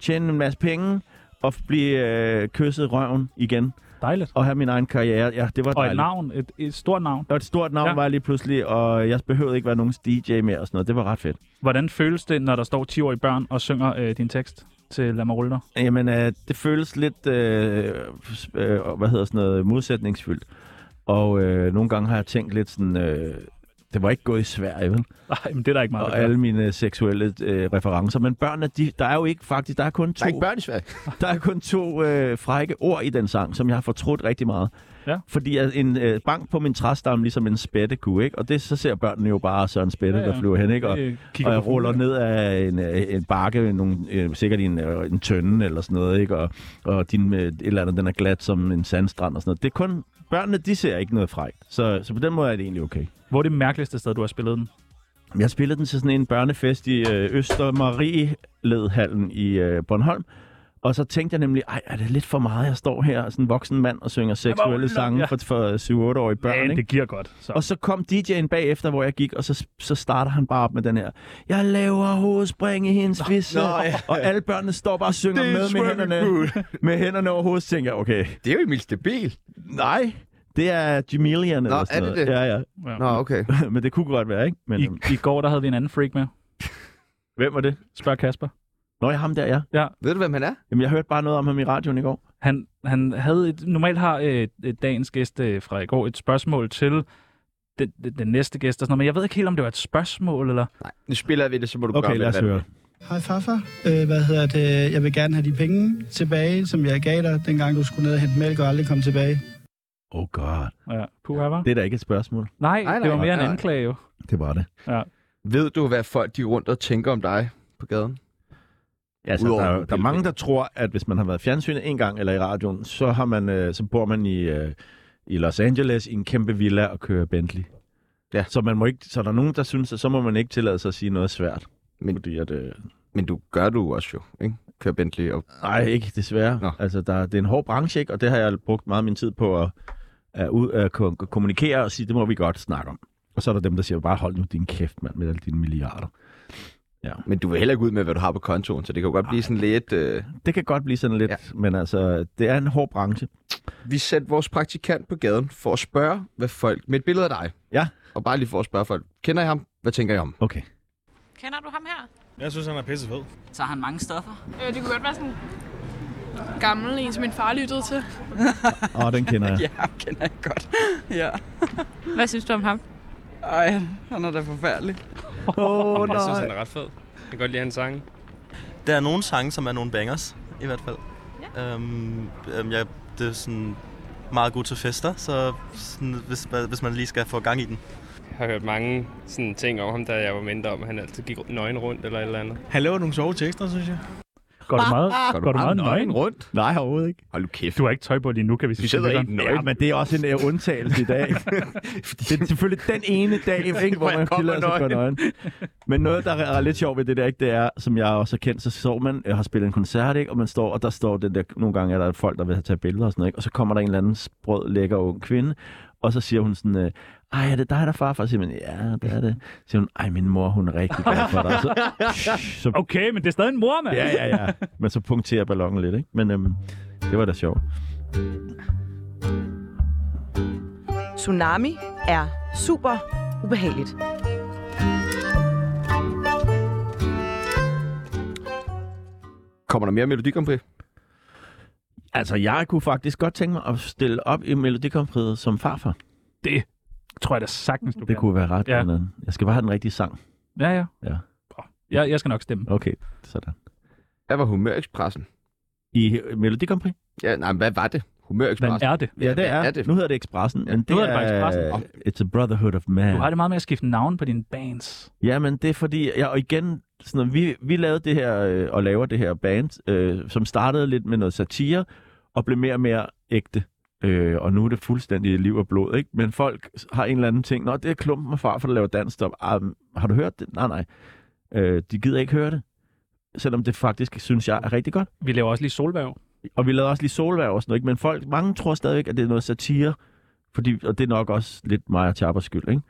tjene en masse penge og blive øh, kysset i røven igen Dejligt. og have min egen karriere. Ja, det var Og et dejligt. navn, et, et stort navn. Der var et stort navn, Ja. ja. var jeg lige pludselig, og jeg behøvede ikke være nogens DJ mere og sådan noget. Det var ret fedt. Hvordan føles det, når der står 10-årige børn og synger øh, din tekst til Lad mig rulle dig? Jamen, øh, det føles lidt, øh, øh, hvad hedder sådan noget, modsætningsfyldt. Og øh, nogle gange har jeg tænkt lidt sådan, øh, det var ikke gået i Sverige, vel? Nej, men det er der ikke meget. Og der gør. alle mine seksuelle øh, referencer. Men børnene, de, der er jo ikke faktisk, der er kun Der er to, ikke børn i Sverige. der er kun to øh, frække ord i den sang, som jeg har fortrudt rigtig meget. Ja. Fordi at en øh, bank på min træstamme ligesom en spætte kunne, ikke? Og det, så ser børnene jo bare Søren Spætte, Ja, ja, ja. ja. der flyver hen, ikke? Og, Øh, kigger og på jeg ruller fuglene. ned af en, øh, en bakke, med nogle, øh, sikkert i en, øh, en tønde eller sådan noget, ikke? Og, og din, øh, et eller andet, den er glat som en sandstrand og sådan noget. Det er kun, børnene, de ser ikke noget frækt. Så, så på den måde er det egentlig okay. Hvor er det mærkeligste sted, du har spillet den? Jeg spillede den til sådan en børnefest i øh, Østermarieledhallen i øh, Bornholm. Og så tænkte jeg nemlig, ej, er det lidt for meget, jeg står her, sådan en voksen mand, og synger seksuelle udenom, sange ja. for, for 7-8-årige børn, Ja, ikke? det giver godt. Så. Og så kom DJ'en bagefter, hvor jeg gik, og så, så starter han bare op med den her. Jeg laver hovedspring i hendes visse. nå, ja. Og alle børnene står bare og synger Det er med med swimming hænderne, med hænderne over hovedet. Så tænker jeg, okay, Det er jo Emil Stabil. nej, det er Jamilian eller sådan er det noget. det? Ja, Ja. Nå, okay. ja. Men det kunne godt være, ikke? Men, øhm, I, I går der havde vi en anden freak med. hvem var det? Spørg Kasper. Nå, ja, ham der, ja. Ved du, hvem han er? Jamen, jeg hørte bare noget om ham i radioen i går. Han, han havde et, normalt har øh, øh, dagens gæst øh, fra i går et spørgsmål til den, den, den næste gæst og sådan noget, men jeg ved ikke helt, om det var et spørgsmål, eller... Nej, nu spiller vi det, så må du Okay, gøre lad os høre. Hej farfar, øh, hvad hedder det? Jeg vil gerne have de penge tilbage, som jeg gav dig, dengang du skulle ned og hente mælk og aldrig kom tilbage. Oh god. Ja, puha, var? Det er da ikke et spørgsmål. Nej, Nej, det nej, var mere nej. en anklage jo. Det var det. Ved du, hvad folk de rundt og tænker om dig på gaden? Ja, så Udover Altså, der, er jo- den der er mange, der tror, at hvis man har været i fjernsynet en gang eller i radioen, så, har man, øh, så bor man i, øh, i Los Angeles i en kæmpe villa og kører Bentley. Ja. Så, man må ikke, så der er nogen, der synes, at så må man ikke tillade sig at sige noget svært. Men- Men, fordi at, øh, Men du gør du også jo, ikke? Kører Bentley og... nej, ikke desværre. Nå. Altså, der, det er en hård branche, ikke? og det har jeg brugt meget af min tid på at, at, ud, at ko- kommunikere og sige, det må vi godt snakke om. Og så er der dem, der siger, bare hold nu din kæft, mand, med alle dine milliarder. Men du vil heller ikke ud med, hvad du har på kontoen, så det kan jo godt blive sådan lidt... Øh... Det kan godt blive sådan lidt, Ja. ja. men altså, det er en hård branche. Vi sendte vores praktikant på gaden for at spørge, hvad folk... Med et billede af dig. Ja. Og bare lige for at spørge folk, kender I ham? Hvad tænker I om? Okay. Kender du ham her? Jeg synes, han er pissefed. Så har han mange stoffer. Øh, det kunne godt være sådan gammel en, som min far lyttede til. Åh, oh, den kender jeg. Ja, ham kender jeg godt. ja. Hvad synes du om ham? Ej, han er da forfærdelig. Åh, oh, Jeg synes, nej. han er ret fed. Jeg kan godt lide hans sange. Der er nogle sange, som er nogle bangers, i hvert fald. Ja. Øhm, øhm, jeg, det er sådan meget god til fester, så sådan, hvis, man- hvis man lige skal få gang i den. Jeg har hørt mange sådan, ting om ham, da jeg var mindre om, at han altid gik nøgen rundt eller et eller andet. Han laver nogle sjove tekster, synes jeg. Går du meget, går du meget nøgen? rundt? Nej, overhovedet ikke. Hold nu kæft. Du har ikke tøj på lige nu, kan vi sige. Du sidder til ikke lytteren. nøgen. Ja, men det er også en øh, undtagelse i dag. det er selvfølgelig den ene dag, ikke, hvor jeg man kommer tillader sig at gå nøgen. Men noget, der er lidt sjovt ved det der, ikke, det er, som jeg også har kendt, så står man, jeg har spillet en koncert, ikke, og man står, og der står den der, nogle gange er der folk, der vil have tage billeder og sådan noget, ikke, og så kommer der en eller anden sprød, lækker ung kvinde, og så siger hun sådan, øh, ej, er det dig, der er farfar? Så siger man, ja, det er det. Så siger hun, ej, min mor, hun er rigtig glad for dig. Så, så, Okay, men det er stadig en mor, mand. ja, ja, ja. Men så punkterer ballonen lidt, ikke? Men øhm, det var da sjovt. Tsunami er super ubehageligt. Kommer der mere melodikompris? Altså, jeg kunne faktisk godt tænke mig at stille op i Melodikompriet som farfar. Det tror jeg da sagtens, du Det kan. kunne være ret. Ja. Ja. Jeg skal bare have den rigtige sang. Ja, ja. Ja. Åh, Jeg, jeg skal nok stemme. Okay, sådan. Hvad var humørekspressen? I øh, Melodikompris? Ja, nej, men hvad var det? Hvad Humørekspressen? er det? Ja, det er. er det? Nu hedder det Expressen, Ja. ja. men det Nu hedder det bare er... Expressen. It's a brotherhood of man. Du har det meget med at skifte navn på dine bands. Ja, men det er fordi, ja, og igen, sådan, noget, vi, vi lavede det her, øh, og laver det her band, øh, som startede lidt med noget satire, og blev mere og mere ægte. Øh, og nu er det fuldstændig liv og blod, ikke? Men folk har en eller anden ting, nå, det er klumpen og far, for der laver dansstop. Ah, men har du hørt det? Nej, nej. Øh, de gider ikke høre det. Selvom det faktisk, synes jeg, er rigtig godt. Vi laver også lige Solværv. Og vi lavede også lige solvær og sådan noget, ikke? Men folk, mange tror stadigvæk, at det er noget satire. Fordi, og det er nok også lidt mig og Chappers skyld, ikke?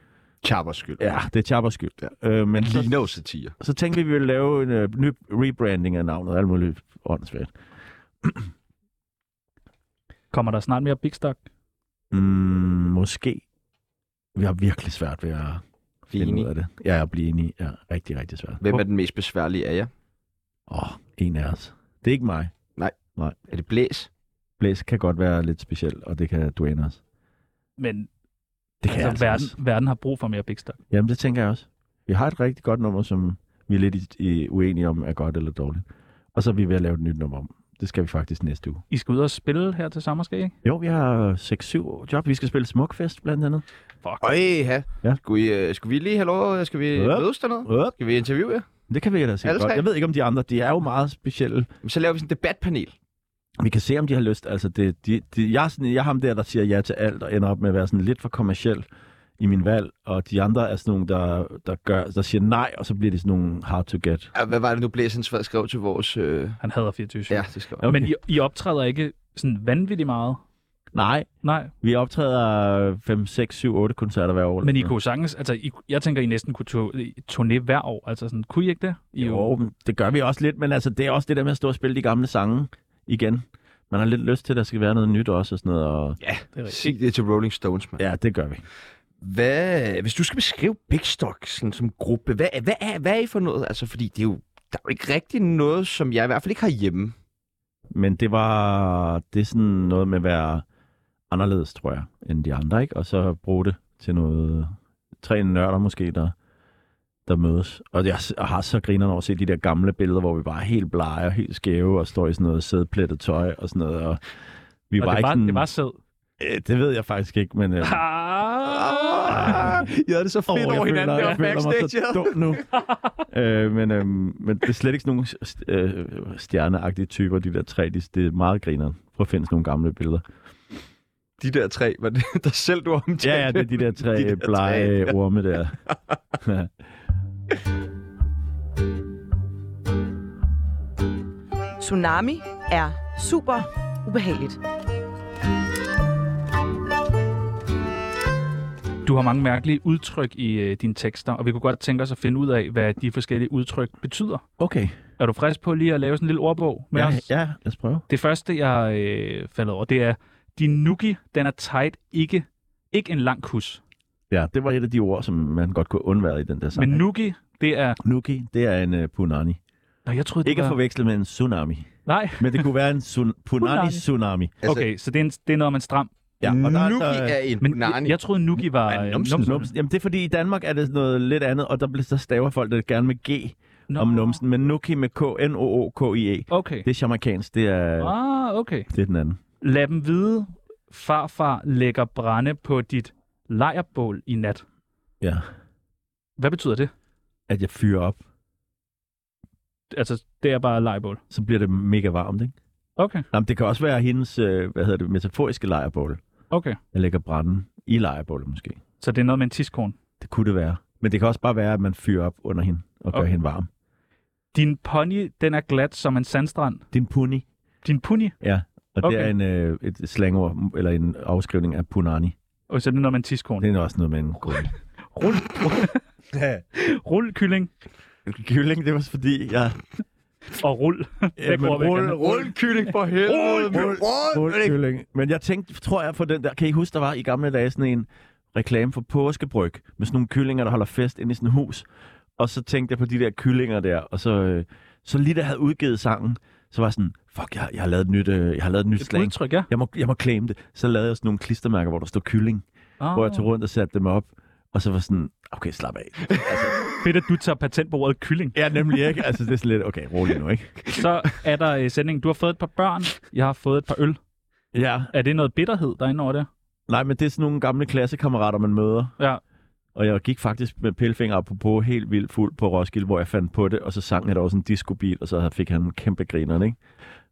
Chappers skyld. Ja, det er Chappers skyld. Ja. Øh, men så- Ligner jo satire. så tænkte vi, at vi ville lave en øh, ny rebranding af navnet, alt muligt åndssvagt. Kommer der snart mere Big Stock? Mm, måske. Vi har virkelig svært ved at finde Enig. ud af det. Ja, at blive enige. Ja, rigtig, rigtig svært. Hvem er den mest besværlige af jer? Åh, oh, en af os. Det er ikke mig. Er det blæs? Blæs kan godt være lidt speciel, og det kan dvæne os. Men Det kan altså, jeg altså også. verden, verden har brug for mere Big Stock. Jamen, det tænker jeg også. Vi har et rigtig godt nummer, som vi er lidt i, i, uenige om, er godt eller dårligt. Og så er vi ved at lave et nyt nummer om. Det skal vi faktisk næste uge. I skal ud og spille her til sommer, skal I ikke? Jo, vi har 6-7 job. Vi skal spille Smukfest, blandt andet. Øj, ja. Ja. Skulle, I, øh, skulle vi lige have lov? øh, Skal vi Ja. mødes dernede? Op. Skal vi interviewe jer? Det kan vi da sikkert Alle godt. tre? Jeg ved ikke om de andre, de er jo meget specielle. Jamen, Så laver vi sådan et debatpanel. Vi kan se, om de har lyst. Altså, det, de, de, jeg, er sådan, jeg er ham der, der siger ja til alt, og ender op med at være sådan lidt for kommersiel i min valg, og de andre er sådan nogle, der, der, gør, der siger nej, og så bliver de sådan nogle hard to get. Ja, Hvad var det nu, Blæs han skrev til vores... Øh... Han hader 24 Ja, det skrev Men I, I optræder ikke sådan vanvittigt meget? Nej, Nej, vi optræder 5, 6, 7, 8 koncerter hver år. men I kunne sagtens, altså I, jeg tænker, I næsten kunne to, turné hver år, altså sådan, kunne I ikke det? I Jo, men det gør vi også lidt, men altså, det er også det der med at stå og spille de gamle sange igen. Man har lidt lyst til, at der skal være noget nyt også og sådan noget. Og... det er rigtigt. Sig det til Rolling Stones, mand. Ja, det gør vi. Hvad, hvis du skal beskrive Big Stock sådan, som gruppe, hvad, hvad, er, hvad er I for noget? Altså, fordi det er jo, der er jo ikke rigtig noget, som jeg i hvert fald ikke har hjemme. Men det var det er sådan noget med at være anderledes, tror jeg, end de andre, ikke? Og så bruge det til noget... Tre nørder måske, der, der mødes. Og jeg s- og har så grinerne over at se de der gamle billeder, hvor vi bare er helt blege og helt skæve og står i sådan noget sædplettet tøj og sådan noget. Og vi Og var det, ikke var, sådan, det var sød. Øh, det ved jeg faktisk ikke, men... Øh, Ah, jeg havde det så fedt Åh, over jeg hinanden. føler, jeg der føler mig backstage. så dum nu. øh, men, øh, men det er slet ikke sådan nogle st- øh, stjerneagtige typer, de der tre. De, det er meget grineren. Prøv at finde sådan nogle gamle billeder. De der tre, var det der selv, du omtalte? Ja, ja, det er de der tre De der de tre, blege ja. orme der. Tsunami er super ubehageligt. Du har mange mærkelige udtryk i øh, dine tekster, og vi kunne godt tænke os at finde ud af, hvad de forskellige udtryk betyder. Okay. Er du frisk på lige at lave sådan en lille ordbog med Ja, os? ja, lad os prøve. Det første, jeg øh, faldt over, det er, din nuki, den er tight, ikke, ikke en lang kus. Ja, det var et af de ord, som man godt kunne undvære i den der sang. Men nuki, det er... Nuki, det er en uh, punani. Nå, jeg troede, det Ikke at var... forveksle med en tsunami. Nej. Men det kunne være en tsun- punani Punani. tsunami. Altså, Okay, så det er, en, det er noget om en stram. Ja, og der er Nuki altså- er en Men punani. jeg, jeg troede, Nuki var... øh, numsen. numsen. Jamen, det er fordi, i Danmark er det noget lidt andet, og der, bliver, der staver folk det gerne med G Nå. om numsen, men Nuki med K, N-O-O-K-I-E. Okay. Det er jamaikansk, det er, Ah, okay. det er den anden. Lad dem vide, farfar lægger brænde på dit lejerbål i nat. Ja, Hvad betyder det? at jeg fyrer op, Altså, det er bare lejerbål. så bliver det mega varmt, ikke? Okay, Jamen, det kan også være hendes, øh, hvad hedder det, metaforiske lejrbål. okay. Jeg lægger branden i lejrbålet måske. Så det er noget med en tiskorn. Det kunne det være. Men det kan også bare være, at man fyrer op under hende og gør Okay. hende varm. Din pony, den er glat som en sandstrand. Din pony. Din pony? Ja, og okay. det Okay. er en, øh, et slangord, eller en afskrivning af punani. Og så er det noget med en tiskorn. Det er også noget med en grund. Rul, rul kylling. Kylling, det var fordi, jeg... Og rul. Væk men ordvækkerne. rul- rul kylling for helvede. Rul- Rulkylling. Men jeg tænkte, tror jeg, på den der... Kan I huske, der var i gamle dage sådan en reklame for påskebryg med sådan nogle kyllinger, der holder fest inde i sådan et hus. Og så tænkte jeg på de der kyllinger der, og så, øh, så lige da jeg havde udgivet sangen, så var jeg sådan, fuck, jeg, jeg har lavet et nyt, øh, jeg har lavet et nyt Et slang. udtryk, ja. Jeg må, jeg må claim det. Så lavede jeg sådan nogle klistermærker, hvor der stod kylling, Ah. oh. hvor jeg tog rundt og satte dem op, og så var sådan, okay, slap af. Fedt, at du tager patent på ordet kylling. Ja, nemlig ikke. Altså, det er sådan lidt, okay, rolig nu, ikke? Så er der øh, sendingen, du har fået et par børn, jeg har fået et par øl. Ja. Er det noget bitterhed, der er inde over det? Nej, men det er sådan nogle gamle klassekammerater, man møder. Ja. Og jeg gik faktisk med pillefinger apropos helt vildt fuld på Roskilde, hvor jeg fandt på det, og så sang jeg der også en discobil, og så fik han en kæmpe griner, ikke?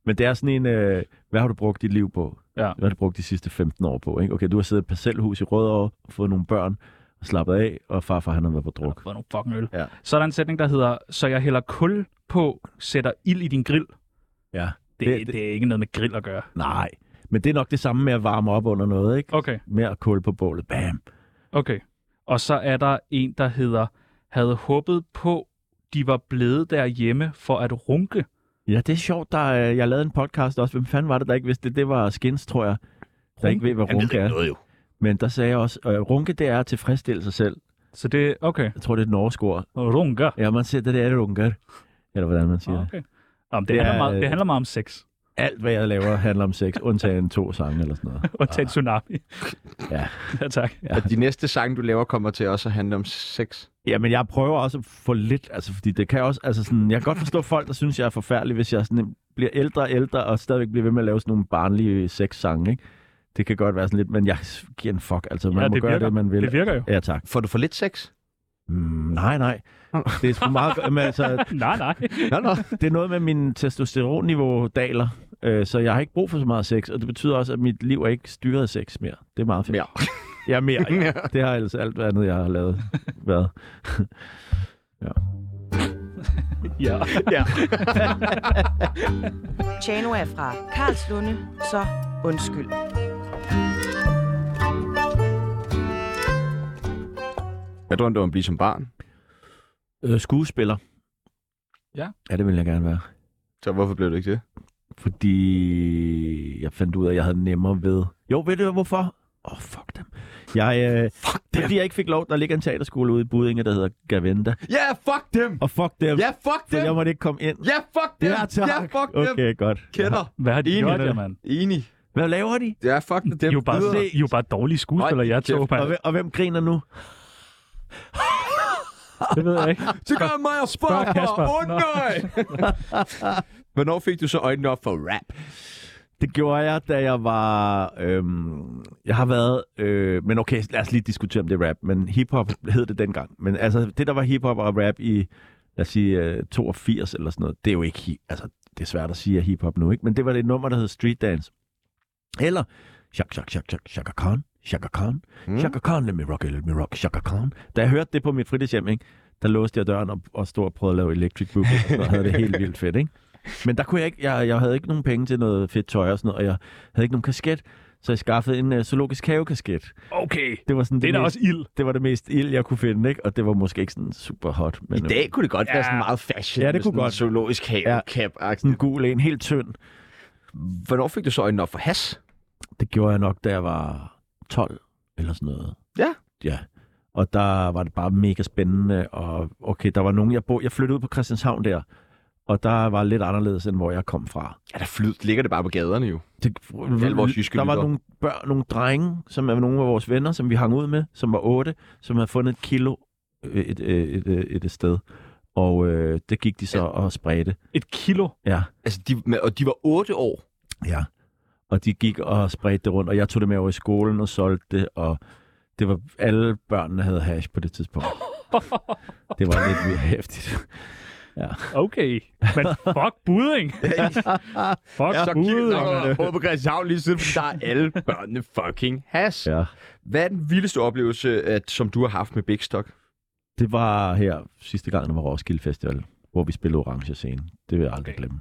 Men det er sådan en, øh, hvad har du brugt dit liv på? Ja. Hvad har du brugt de sidste 15 år på, ikke? Okay, du har siddet i et parcelhus i Rødovre, fået nogle børn, og slappet af, og farfar han har været på druk. Fået nogle fucking øl. Ja. Så er der en sætning, der hedder, så jeg hælder kul på, sætter ild i din grill. Ja. Det, det, det, det er ikke noget med grill at gøre. Nej, men det er nok det samme med at varme op under noget, ikke? Okay. Med at kul på bålet, bam. Okay. Og så er der en, der hedder, havde håbet på, de var blevet derhjemme for at runke. Ja, det er sjovt. Der, øh, jeg lavede en podcast også. Hvem fanden var det, der ikke vidste det? Det var Skins, tror jeg. Der ikke ved, hvad Han ved runke ikke er. noget, jo. Men der sagde jeg også, at øh, runke, det er at tilfredsstille sig selv. Så det, okay. Jeg tror, det er et norsk ord. Runker? Ja, man siger, det er det runker. Eller hvordan man siger Okay. Jamen, det, det, handler meget, det handler meget om sex. Alt, hvad jeg laver, handler om sex, undtagen to sange eller sådan noget. Og tage en tsunami. Ja. ja, tak. Ja. Og de næste sange, du laver, kommer til også at handle om sex. Ja, men jeg prøver også at få lidt, altså fordi det kan også, altså sådan, jeg kan godt forstå folk, der synes, jeg er forfærdelig, hvis jeg sådan bliver ældre og ældre, og stadigvæk bliver ved med at lave sådan nogle barnlige sexsange, ikke? Det kan godt være sådan lidt, men jeg giver en fuck, altså man Ja, må det gøre virker. det, man vil. Det virker jo. Ja, tak. Får du for lidt sex? Mm, nej, nej. Det er sgu meget... men altså, nej, nej. nej, nej. Det er noget med, at min testosteronniveau daler, øh, så jeg har ikke brug for så meget sex, og det betyder også, at mit liv er ikke styret af sex mere. Det er meget fedt. Mere. Ja, mere. Ja. Det har ellers alt andet, jeg har lavet, været. ja. Ja. ja. Tjano er fra Karlslunde, så undskyld. Hvad drømte du om at blive som barn? Øh, skuespiller. Ja. Ja, det ville jeg gerne være. Så hvorfor blev du ikke det? Fordi jeg fandt ud af, at jeg havde nemmere ved... Jo, ved du hvorfor? Åh, oh, fuck dem. Jeg, øh, fuck dem. Fordi jeg ikke fik lov, der ligger en teaterskole ude i Budinge, der hedder Gavenda. Ja, yeah, fuck dem! Og fuck dem! Ja, fuck For dem! jeg måtte ikke komme ind. Ja, fuck dem! Ja, tak. Ja, fuck dem! Okay, godt. Kender. Hvad har de Enig. gjort, der, mand? Enig. Hvad laver de? Ja, fuck dem. I er jo bare, Videre. I er jo bare dårlige skuespillere, jeg tog, Og, mand. hvem- og hvem griner nu? Det ved jeg ikke. Så gør mig og spørg Spørg Kasper. for nej! Hvornår fik du så øjnene op for rap? Det gjorde jeg, da jeg var... Øhm, jeg har været... Øh, men okay, lad os lige diskutere, om det er rap. Men hiphop hed det dengang. Men altså, det der var hiphop og rap i, lad os sige, øh, 82 eller sådan noget, det er jo ikke... hi- Altså, det er svært at sige at hiphop nu, ikke? Men det var det nummer, der hed Street Dance. Eller... Shak, shak, shak, shak, Shaka Khan, Shaka Khan, mm. Shaka Khan, let me rock, it, let me rock, Shaka Khan. Da jeg hørte det på mit fritidshjem, ikke? der låste jeg døren og, og stod og prøvede at lave electric boogie, og havde det helt vildt fedt, ikke? Men der kunne jeg ikke, jeg, jeg havde ikke nogen penge til noget fedt tøj og sådan noget, og jeg havde ikke nogen kasket, så jeg skaffede en øh, zoologisk havekasket. Okay. Det var sådan Det er da mest- også ild. Det var det mest ild, jeg kunne finde, ikke? Og det var måske ikke sådan super hot. Men, øh, I dag kunne det godt øh, ja. være sådan meget fashion. Ja, det med kunne sådan en godt. Zoologisk have ja. cap Sådan en gul en, helt tynd. Hvornår fik du så øjnene op for has? Det gjorde jeg nok, da jeg var 12 eller sådan noget. Ja. Ja. Og der var det bare mega spændende, og okay, der var nogen, jeg bo, jeg flyttede ud på Christianshavn der, Og der var lidt anderledes, end hvor jeg kom fra. Ja, der flyd, ligger det bare på gaderne jo. Det, Alle vores jyske der var lyttere. nogle børn, nogle drenge, som er nogle af vores venner, som vi hang ud med, som var otte, som havde fundet et kilo øh, et, øh, et, øh, et, et sted. Og øh, det gik de så og spredte. Et kilo? Ja. Altså, de, men- og de var otte år? Ja. Og de gik og spredte det rundt, og jeg tog det med over i skolen og solgte det, og det var alle børnene havde hash på det tidspunkt. det var lidt mere hæftigt. Ja. Okay, men fuck budding. fuck så budding. kigger på på Christianshavn lige siden, fordi der er alle børnene fucking has. Ja. Hvad er den vildeste oplevelse, at, som du har haft med Big Stock? Det var her sidste gang, der var Roskilde Festival, hvor vi spillede Orange Scene. Det vil jeg aldrig glemme.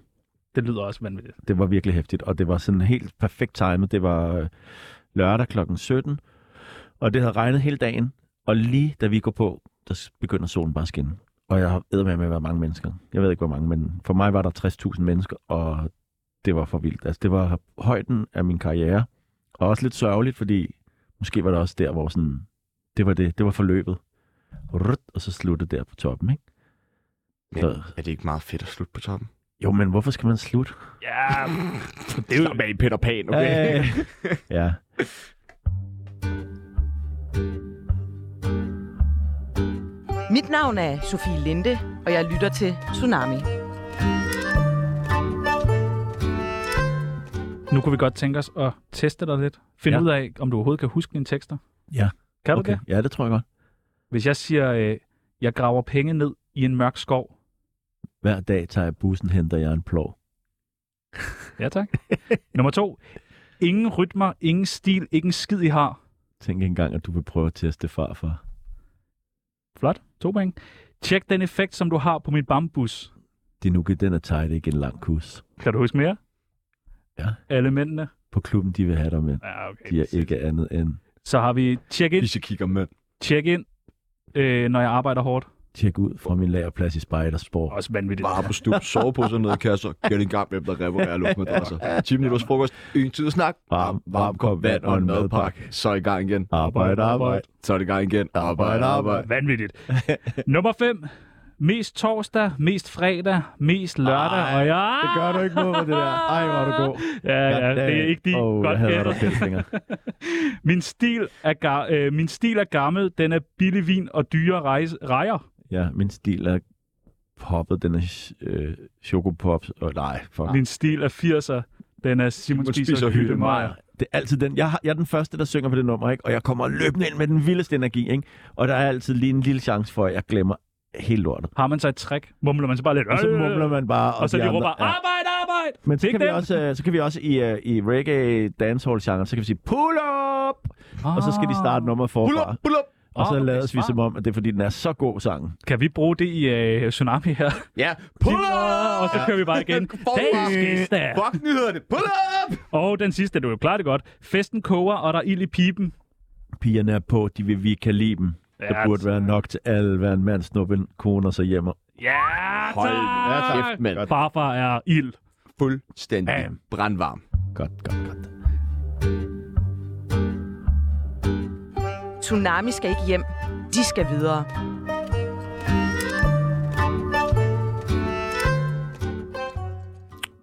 Det lyder også vanvittigt. Det var virkelig hæftigt, og det var sådan helt perfekt timet. Det var øh, lørdag kl. 17, og det havde regnet hele dagen. Og lige da vi går på, der s- begynder solen bare at skinne. Og jeg har æder med, med, hvor mange mennesker. Jeg ved ikke, hvor mange, men for mig var der 60.000 mennesker, og det var for vildt. Altså, det var højden af min karriere. Og også lidt sørgeligt, fordi måske var det også der, hvor sådan, det var det, det var forløbet. Rut, Og så sluttede der på toppen, ikke? Men er det ikke meget fedt at slutte på toppen? Jo, men hvorfor skal man slutte? Ja, det er jo med i Peter Pan, okay? Ja, ja, ja. ja. Mit navn er Sofie Linde, og jeg lytter til Tsunami. Nu kunne vi godt tænke os at teste dig lidt. Finde Ja. ud af, om du overhovedet kan huske dine tekster. Ja. Kan du okay. det? Ja, det tror jeg godt. Hvis jeg siger, øh, jeg graver penge ned i en mørk skov. Hver dag tager jeg bussen, henter jeg en plov. Ja tak. Nummer to. Ingen rytmer, ingen stil, ingen skid i har. Tænk engang, at du vil prøve at teste farfar. Flot. To point. Tjek den effekt, som du har på mit bambus. Din uge, den er tight, ikke en lang kus. Kan du huske mere? Ja. Alle mændene. På klubben, de vil have dig med. Ja, okay, de er ikke andet end, Så har vi check ind. Disse kigger med. Check ind, øh, når jeg arbejder hårdt. tjek ud fra min lagerplads i Spejdersport. Også vanvittigt. Bare på stup, soveposer ned i kasser, get en gang med, der reparerer luftmadrasser. 10 minutters frokost, en tid at snak, varm, varm kop vand og en madpakke. Så er i gang igen. Arbejde, arbejde. Så er det i gang igen. Arbejde, arbejde. Vanvittigt. Nummer 5. Mest torsdag, mest fredag, mest lørdag, Ej, og jeg... det gør du ikke noget med det der. Ej, hvor er du god. Ja, ja, Ja, det er ja. ikke din. Åh, jeg hader dig, Fæslinger. min, stil er ga- øh, min stil er gammel, den er billig vin og dyre rejse- rejer. Ja, min stil er poppet. Den er ch- øh, chokopops. Oh, nej, fuck. Min stil er 80'er, den er Simon Man Spiser, og Hyttemeier. Det er altid den. Jeg, har, jeg er den første, der synger på det nummer, ikke? og jeg kommer løbende ind med den vildeste energi. Ikke? Og der er altid lige en lille chance for, at jeg glemmer helt lortet. Har man så et trick? Mumler man så bare lidt? "Øh," Og så mumler man bare. Og, og så de "Ah, de andre- råber, ja. arbejde, arbejde! Men så Ikke kan, vi dem. også, øh, så kan vi også i, øh, i reggae dancehall genre så kan vi sige pull up! Ah. Og så skal de starte nummeret forfra. Pull up, pull up! Og så Ah, ah, okay, lader vi smart. som om, at det er fordi, den er så god sangen. Kan vi bruge det i øh, Tsunami her? Ja, pull up! Og så kører vi bare igen. Dagens gæster. Fuck, nu hedder det. Pull up! Og den sidste, du er jo klart det godt. Festen koger, og der er ild i pipen. Pigerne er på, de vil vi kan lide dem. Ja, altså. Ja, der burde være nok til alle, hver en mand, snuppen, koner sig hjemme. Ja, Hold da kæft, mand. Farfar er ild. Fuldstændig brandvarm. Godt, godt, godt. Tsunami skal ikke hjem. De skal videre.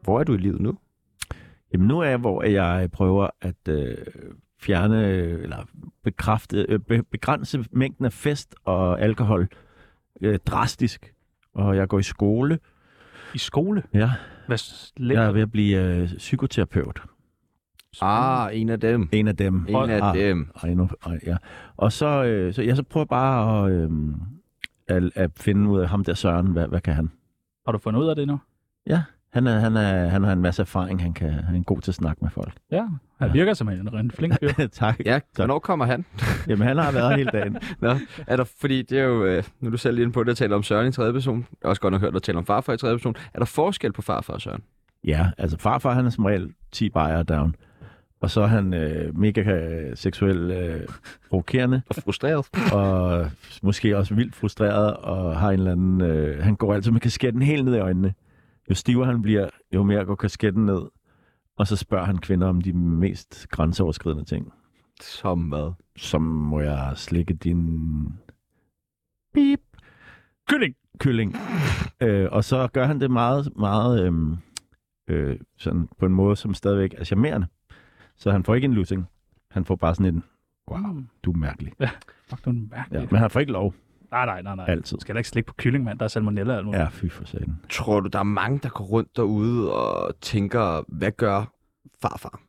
Hvor er du i livet nu? Jamen nu er jeg, hvor jeg prøver at øh, fjerne, øh, eller bekræfte, øh, be, begrænse mængden af fest og alkohol øh, drastisk. Og jeg går i skole. I skole? Ja. Hvad Jeg er ved at blive øh, psykoterapeut. Ah, en af dem. En af dem. En af ah, dem. Ej, nu, ej, ja. Og så, øh, så, jeg så prøver jeg bare at, øh, at, at finde ud af ham der Søren. Hvad, hvad kan han? Har du fundet ud af det nu? Ja, han, er, han, er, han har en masse erfaring. Han, kan, han er god til at snakke med folk. Ja, han virker som en rent flink fyr. tak. Ja, hvornår kommer han? Jamen, han har været her hele dagen. Nå, er der, fordi det er jo, øh, nu er du selv inde på det, at tale om Søren i tredje person. Jeg har også godt nok hørt dig tale om farfar i tredje person. Er der forskel på farfar og Søren? Ja, altså farfar, han er som regel 10 bajer down. Og så er han øh, mega øh, seksuel øh, provokerende. Og frustreret. Og måske også vildt frustreret, og har en eller anden... Øh, han går altid med kasketten helt ned i øjnene. Jo stivere han bliver, jo mere går kasketten ned. Og så spørger han kvinder om de mest grænseoverskridende ting. Som hvad? Som må jeg slikke din... Kylling! kylling. øh, og så gør han det meget, meget øhm, øh, sådan på en måde, som stadigvæk er charmerende. Så han får ikke en lussing. Han får bare sådan en, wow, du er mærkelig. Mm. Ja, fuck, du er en mærkelig. Ja, men han får ikke lov. Nej, nej, nej, nej. Altid. Skal heller ikke slikke på kylling, mand. Der er salmonella og alt muligt. Ja, fy for satan. Tror du, der er mange, der går rundt derude og tænker, hvad gør farfar?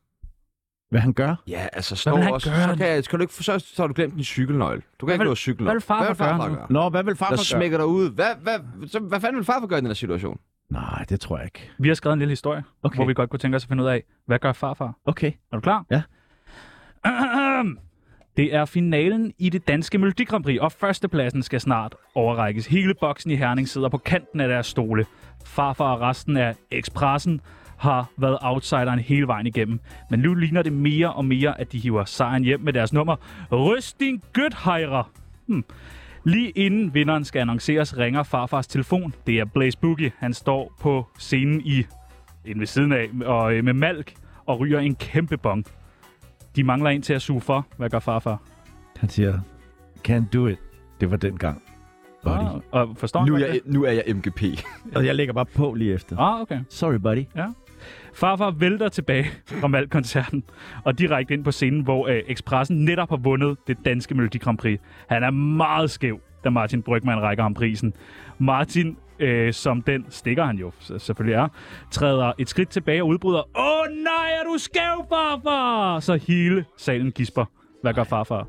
Hvad han gør? Ja, altså Hvad vil snor han også. gøre? Så, kan jeg, skal du ikke, så, så har du glemt din cykelnøgle. Du kan Hvad ikke vil- nå at cykle. hvad vil farfar gøre nu? Nå, hvad vil farfar der gøre? smækker dig ud. Hvad, hvad, så, hvad fanden vil farfar gøre i den her situation? Nej, det tror jeg ikke. Vi har skrevet en lille historie, okay. hvor vi godt kunne tænke os at finde ud af, hvad gør farfar? Okay. Er du klar? Ja. Det er finalen i det danske Melodi Grand Prix, og førstepladsen skal snart overrækkes. Hele boksen i Herning sidder på kanten af deres stole. Farfar og resten af Expressen har været outsideren hele vejen igennem. Men nu ligner det mere og mere, at de hiver sejren hjem med deres nummer. Ryst din Gøthejre! Hmm. Lige inden vinderen skal annonceres, ringer farfars telefon. Det er Blaze Boogie. Han står på scenen i inde ved siden af og øh, med malk og ryger en kæmpe bong. De mangler en til at suge for. Hvad gør farfar? Han siger, can't do it. Det var den gang. Buddy. Ah, og forstår han godt det? nu er jeg MGP. og jeg lægger bare på lige efter. Ah, okay. Sorry, buddy. Ja. Farfar vælter tilbage fra Malk-koncerten og direkte ind på scenen, hvor øh, Expressen netop har vundet det danske Melodi Grand Prix. Han er meget skæv, da Martin Brygman rækker ham prisen. Martin, øh, som den stikker han jo s- selvfølgelig er, træder et skridt tilbage og udbryder, Åh oh, nej, er du skæv, farfar! Så hele salen gisper. Hvad gør farfar?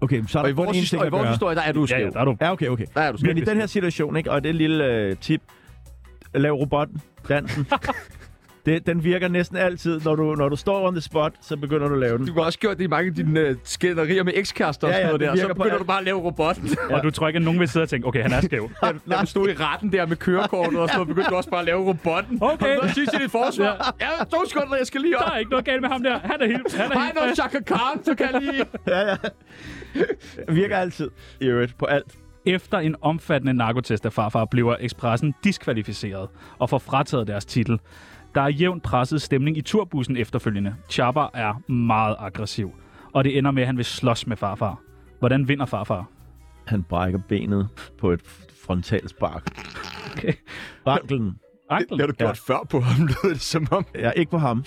Okay, så er Og der i kun vores én histo- ting og i at vores gøre. historie, der er du Ja, skæv. ja, der er du. Ja, okay, okay. Der er du Men i den her situation, ikke, og det lille øh, tip, lav robotdansen. det, den virker næsten altid. Når du, når du står on the spot, så begynder du at lave den. Du har også gjort det i mange af dine uh, skænderier med ekskærester og Ja, sådan ja, noget det der. Så virker på begynder alt. du bare at lave robotten. Og du tror ikke, at nogen vil sidde og tænke, okay, han er skæv. Når du stod i retten der med kørekortet og sådan noget, begyndte du også bare at lave robotten. Okay. Kom nu sige til dit forsvar. Ja, to sekunder, jeg skal lige op. Der er ikke noget galt med ham der. Han er helt, han er Hej, helt når frisk. Chaka Khan, så kan jeg lige... ja, ja. Virker altid. I øvrigt, på alt. Efter en omfattende narkotest af farfar bliver Expressen diskvalificeret og får frataget deres titel. Der er jævnt presset stemning i turbussen efterfølgende. Chapa er meget aggressiv, og det ender med, at han vil slås med farfar. Hvordan vinder farfar? Han brækker benet på et frontalspark. Okay. Anklen. Anklen? Det har du gjort før på ham, lød det som om. Ja, ikke på ham.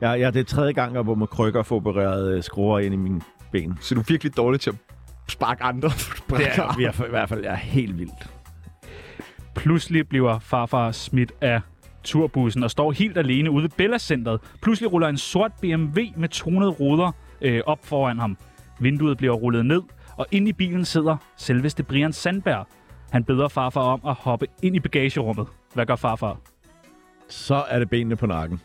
ja, ja, det er tredje gang, hvor man krykker og får opereret øh, skruer ind i mine ben. Så du er virkelig dårlig til at sparke andre. Det er, vi er, i hvert fald jeg er helt vildt. Pludselig bliver farfar smidt af turbussen og står helt alene ude ved Bella Centeret. Pludselig ruller en sort BMW med tonede ruder øh, op foran ham. Vinduet bliver rullet ned, og inde i bilen sidder selveste Brian Sandberg. Han beder farfar om at hoppe ind i bagagerummet. Hvad gør farfar? Så er det benene på nakken.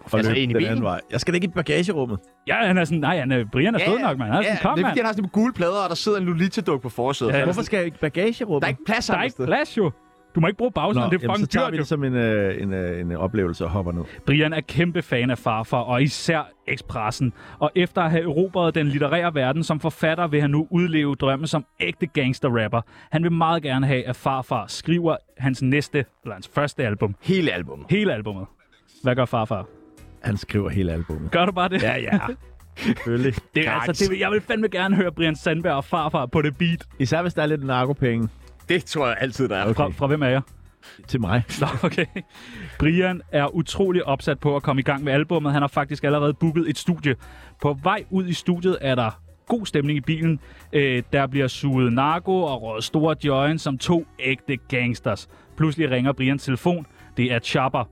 Og Altså, løb ind i den bilen? anden vej. Jeg skal da ikke i bagagerummet. Ja, han er sådan, nej, han er, Brian er fed nok, mand. Han er sådan, kom, det er mand. fordi, han har sådan nogle gule plader, og der sidder en Lolita-duk på forsædet. Ja, Ja, Hvorfor skal jeg ikke i bagagerummet? Der er ikke plads altså- Der er andre ikke steder. plads, jo. Du må ikke bruge bagsiden, det er jamen, så fucking tager dyrt, vi jo. det som en, øh, en, øh, en øh, oplevelse og hopper ned. Brian er kæmpe fan af farfar, og især Expressen. Og efter at have erobret den litterære verden som forfatter, vil han nu udleve drømmen som ægte gangsterrapper. Han vil meget gerne have, at farfar skriver hans næste, eller hans første album. Hele album. Hele albumet. Hvad gør farfar? Han skriver hele albumet. Gør du bare det? Ja, ja. Selvfølgelig. Det er altså, det, vil- jeg vil fandme gerne høre Brian Sandberg og farfar på det beat. Især hvis der er lidt narkopenge Det tror jeg altid, der er. Fra, fra hvem er jeg? til mig. Nå, okay. Brian er utrolig opsat på at komme i gang med albummet. Han har faktisk allerede booket et studie. På vej ud i studiet er der god stemning i bilen. Øh, der bliver suget narko og røget store joints som to ægte gangsters. Pludselig ringer Brians telefon. Det er Chopper.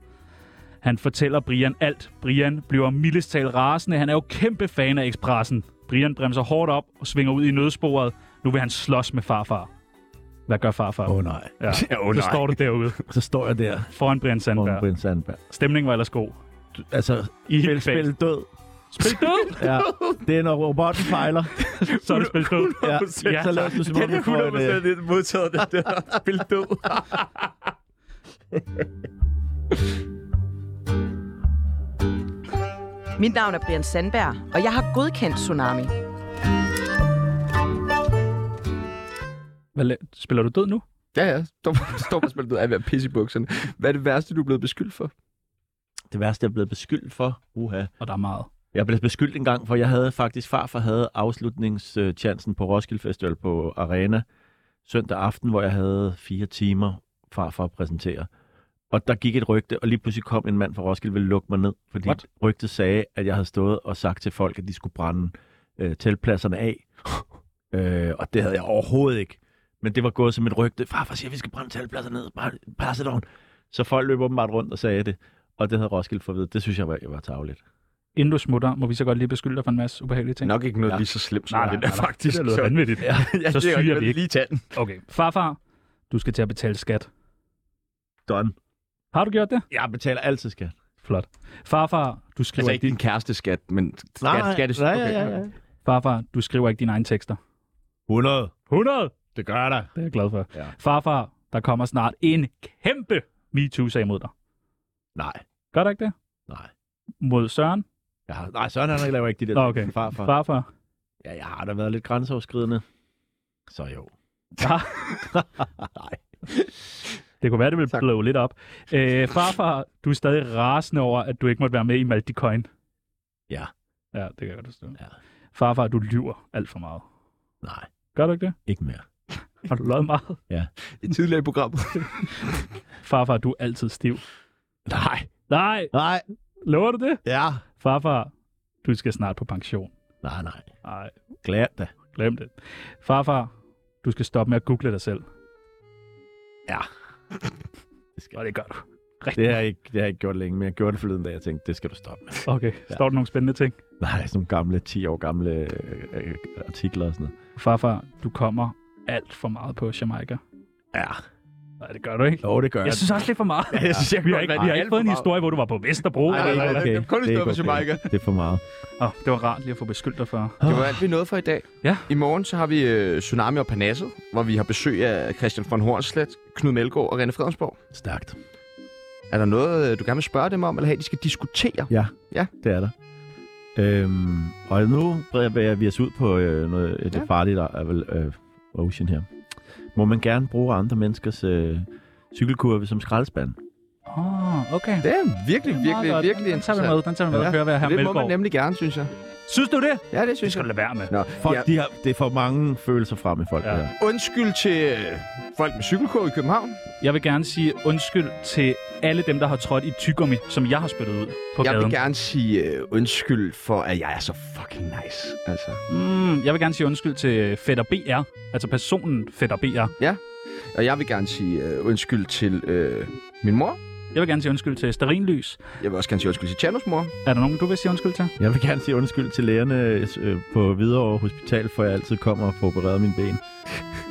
Han fortæller Brian alt. Brian bliver mildest talt rasende. Han er jo kæmpe fan af Expressen. Brian bremser hårdt op og svinger ud i nødsporet. Nu vil han slås med farfar. Hvad gør farfar? Åh oh, nej. Ja, oh, nu nej. står du derude Så står jeg der foran Brian foran Sandberg. Brian Sandberg. Stemningen var ellers god. Altså, I spil, helt fag. spil død. Spil død! Ja. Det er, når robotten fejler. så er det spil død. Ja. Ja, Så lad os nu som om, vi får et, øh, lidt modtaget, det der. Spil død. Mit navn er Brian Sandberg, og jeg har godkendt Tsunami. Hvad la- spiller du død nu? Ja, ja. Står, står bare og spiller død af at være pisse i bukserne. Hvad er det værste, du er blevet beskyldt for? det værste, jeg er blevet beskyldt for. Uha. Og der er meget. Jeg blev beskyldt en gang, for jeg havde faktisk farfar havde afslutningschancen på Roskilde Festival på Arena søndag aften, hvor jeg havde fire timer far for at præsentere. Og der gik et rygte, og lige pludselig kom en mand fra Roskilde og ville lukke mig ned, fordi What? rygtet sagde, at jeg havde stået og sagt til folk, at de skulle brænde øh, teltpladserne af. øh, og det havde jeg overhovedet ikke. Men det var gået som et rygte. Farfar siger, at vi skal brænde teltpladser ned. Bare, bare sit on. Så folk løb åbenbart rundt og sagde det. Og det havde Roskilde fået at vide. Det synes jeg var, jeg var tageligt. Inden du smutter, må vi så godt lige beskylde dig for en masse ubehagelige ting. Nok ikke noget lige så slemt som Nej, det nej, der nej, nej. faktisk, Det er så- vanvittigt. Ja, ja, så det er styrer rigtigt. vi ikke. Lige tag den. Okay. Farfar, du skal til at betale skat. Done. Har du gjort det? Jeg betaler altid skat. Flot. Farfar, du skriver Altså ikke din kæreste skat, men skat, skat, nej, ja, ja, ja. Farfar, du skriver ikke dine egne tekster. 100. 100? Det gør der. Det er jeg glad for. Ja. Farfar, der kommer snart en kæmpe MeToo-sag mod dig. Nej. Gør der ikke det? Nej. Mod Søren? Jeg har, nej, Søren han laver ikke de der Nå, ting. okay. Farfar. Farfar. Ja, jeg har da været lidt grænseoverskridende. Så jo. Nej. Det kunne være, det ville blow lidt op. Øh, farfar, du er stadig rasende over, at du ikke måtte være med i Maltikoin. Ja. Ja, det kan jeg godt forstå. Ja. Farfar, du lyver alt for meget. Nej. Gør du ikke det? Ikke mere. Har du løjet meget? Ja. I tidligere i programmet. farfar, du er altid stiv. Nej. Nej. Nej. Lover du det? Ja. Farfar, du skal snart på pension. Nej, nej. Nej, Glem det. glem det. Farfar, du skal stoppe med at google dig selv. Ja. Det skal. Og det gør du. Det har, jeg ikke, det har jeg ikke gjort længe, men jeg gjorde det forleden, da jeg tænkte, det skal du stoppe med. Okay, står der nogle spændende ting? Nej, sådan nogle gamle, 10 år gamle øh, øh, artikler og sådan noget. Farfar, du kommer alt for meget på Jamaica. Ja. Nej, det gør du ikke. Jo, det gør Jeg synes også lidt for meget. Ja, jeg synes, jeg vi har godt, ikke, man vi har er ikke alt fået for en meget. historie, hvor du var på Vesterbro. Nej, det er ikke okay. Det er ikke okay. Det er for meget. Åh, det var rart lige at få beskyldt dig for. Det var alt, vi nåede for i dag. Ja. I morgen så har vi øh, Tsunami og Parnasset, hvor vi har besøg af Christian von Hornslet, Knud Melgaard og René Fredensborg. Stærkt. Er der noget, øh, du gerne vil spørge dem om, eller have, de skal diskutere? Ja, Ja. det er der. Øhm, og nu breder vi os ud på øh, noget, et ja. farligt øh, vel, øh, ocean her. Må man gerne bruge andre menneskers øh, cykelkurve som skraldespand? Åh, okay. Det er virkelig, meget virkelig, godt. virkelig Den tager vi med. Den tager vi med og kører ved hr. Det må man Melgaard. nemlig gerne, synes jeg. Synes du det? Ja, det synes jeg. Det skal du lade være med. Nå, Folk, ja. ja. de har, det får mange følelser frem i folk. Ja. Der. Undskyld til øh, folk med cykelkurve i København. Jeg vil gerne sige undskyld til alle dem, der har trådt i tyggegummi, som jeg har spyttet ud på jeg gaden. vil gerne sige øh, undskyld for, at jeg er så fucking nice. Altså. Mm, jeg vil gerne sige undskyld til Fætter BR, altså personen Fætter BR. Ja, og jeg vil gerne sige øh, undskyld til øh, min mor. Jeg vil gerne sige undskyld til Sterinlys. Jeg vil også gerne sige undskyld til Chanos mor. Er der nogen, du vil sige undskyld til? Jeg vil gerne sige undskyld til lægerne øh, på Hvidovre Hospital, for jeg altid kommer og får opereret mine ben.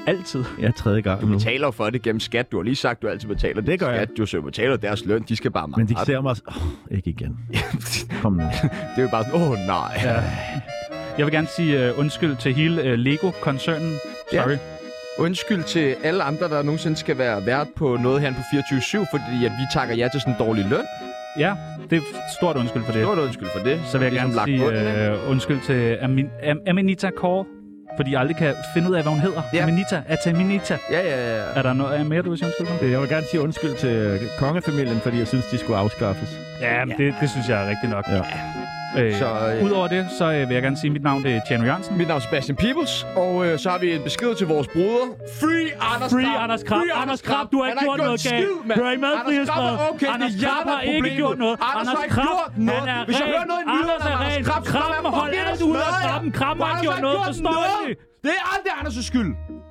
Altid. Jeg er tredje gang Du nu. betaler jo for det gennem skat. Du har lige sagt, du altid betaler det gør jeg. skat. Du så betaler deres løn. De skal bare meget. Men de ser mig også... Oh, ikke igen. Kom nu. Det er jo bare sådan, åh oh, nej. Ja. Jeg vil gerne sige uh, undskyld til hele uh, Lego-koncernen. Ja. Sorry. Undskyld til alle andre, der nogensinde skal være vært på noget her på 24-7, fordi at vi takker jer til sådan en dårlig løn. Ja, det er stort undskyld for det. Stort undskyld for det. Ligesom Så vil jeg gerne lagt sige bunden, ikke? øh, undskyld til Amin, Am, Aminita Kaur, fordi jeg aldrig kan finde ud af, hvad hun hedder. Ja. Ja. Aminita, Ataminita. Ja, ja, ja. Er der noget mere, du vil sige undskyld for? Jeg vil gerne sige undskyld til øh, kongefamilien, fordi jeg synes, de skulle afskaffes. Ja, men det, det synes jeg er rigtigt nok. Ja. Øh, Så, øh, Udover det, så øh, vil jeg gerne sige, at mit navn det er Tjerno Jørgensen. Mit navn er Sebastian Peebles, og øh, så har vi en besked til vores broder. Free Anders Free Krab! Anders Krab! Anders Krab, du har Han ikke gjort noget en galt. skid, mand. Du har ikke med, Anders Krab er frihedsbrød. okay, Anders det er jer, Krab der har er ikke problemet. gjort noget. Anders Anders har ikke Krab, gjort han noget. er Hvis jeg ren. hører noget i nyhederne, Anders er Anders ren. Krab, så Krab er jeg har holdt forbi, alt der ud smadrer af jer. krabben. Krabben For har Anders ikke gjort noget, forstår I? Det er aldrig Anders' skyld.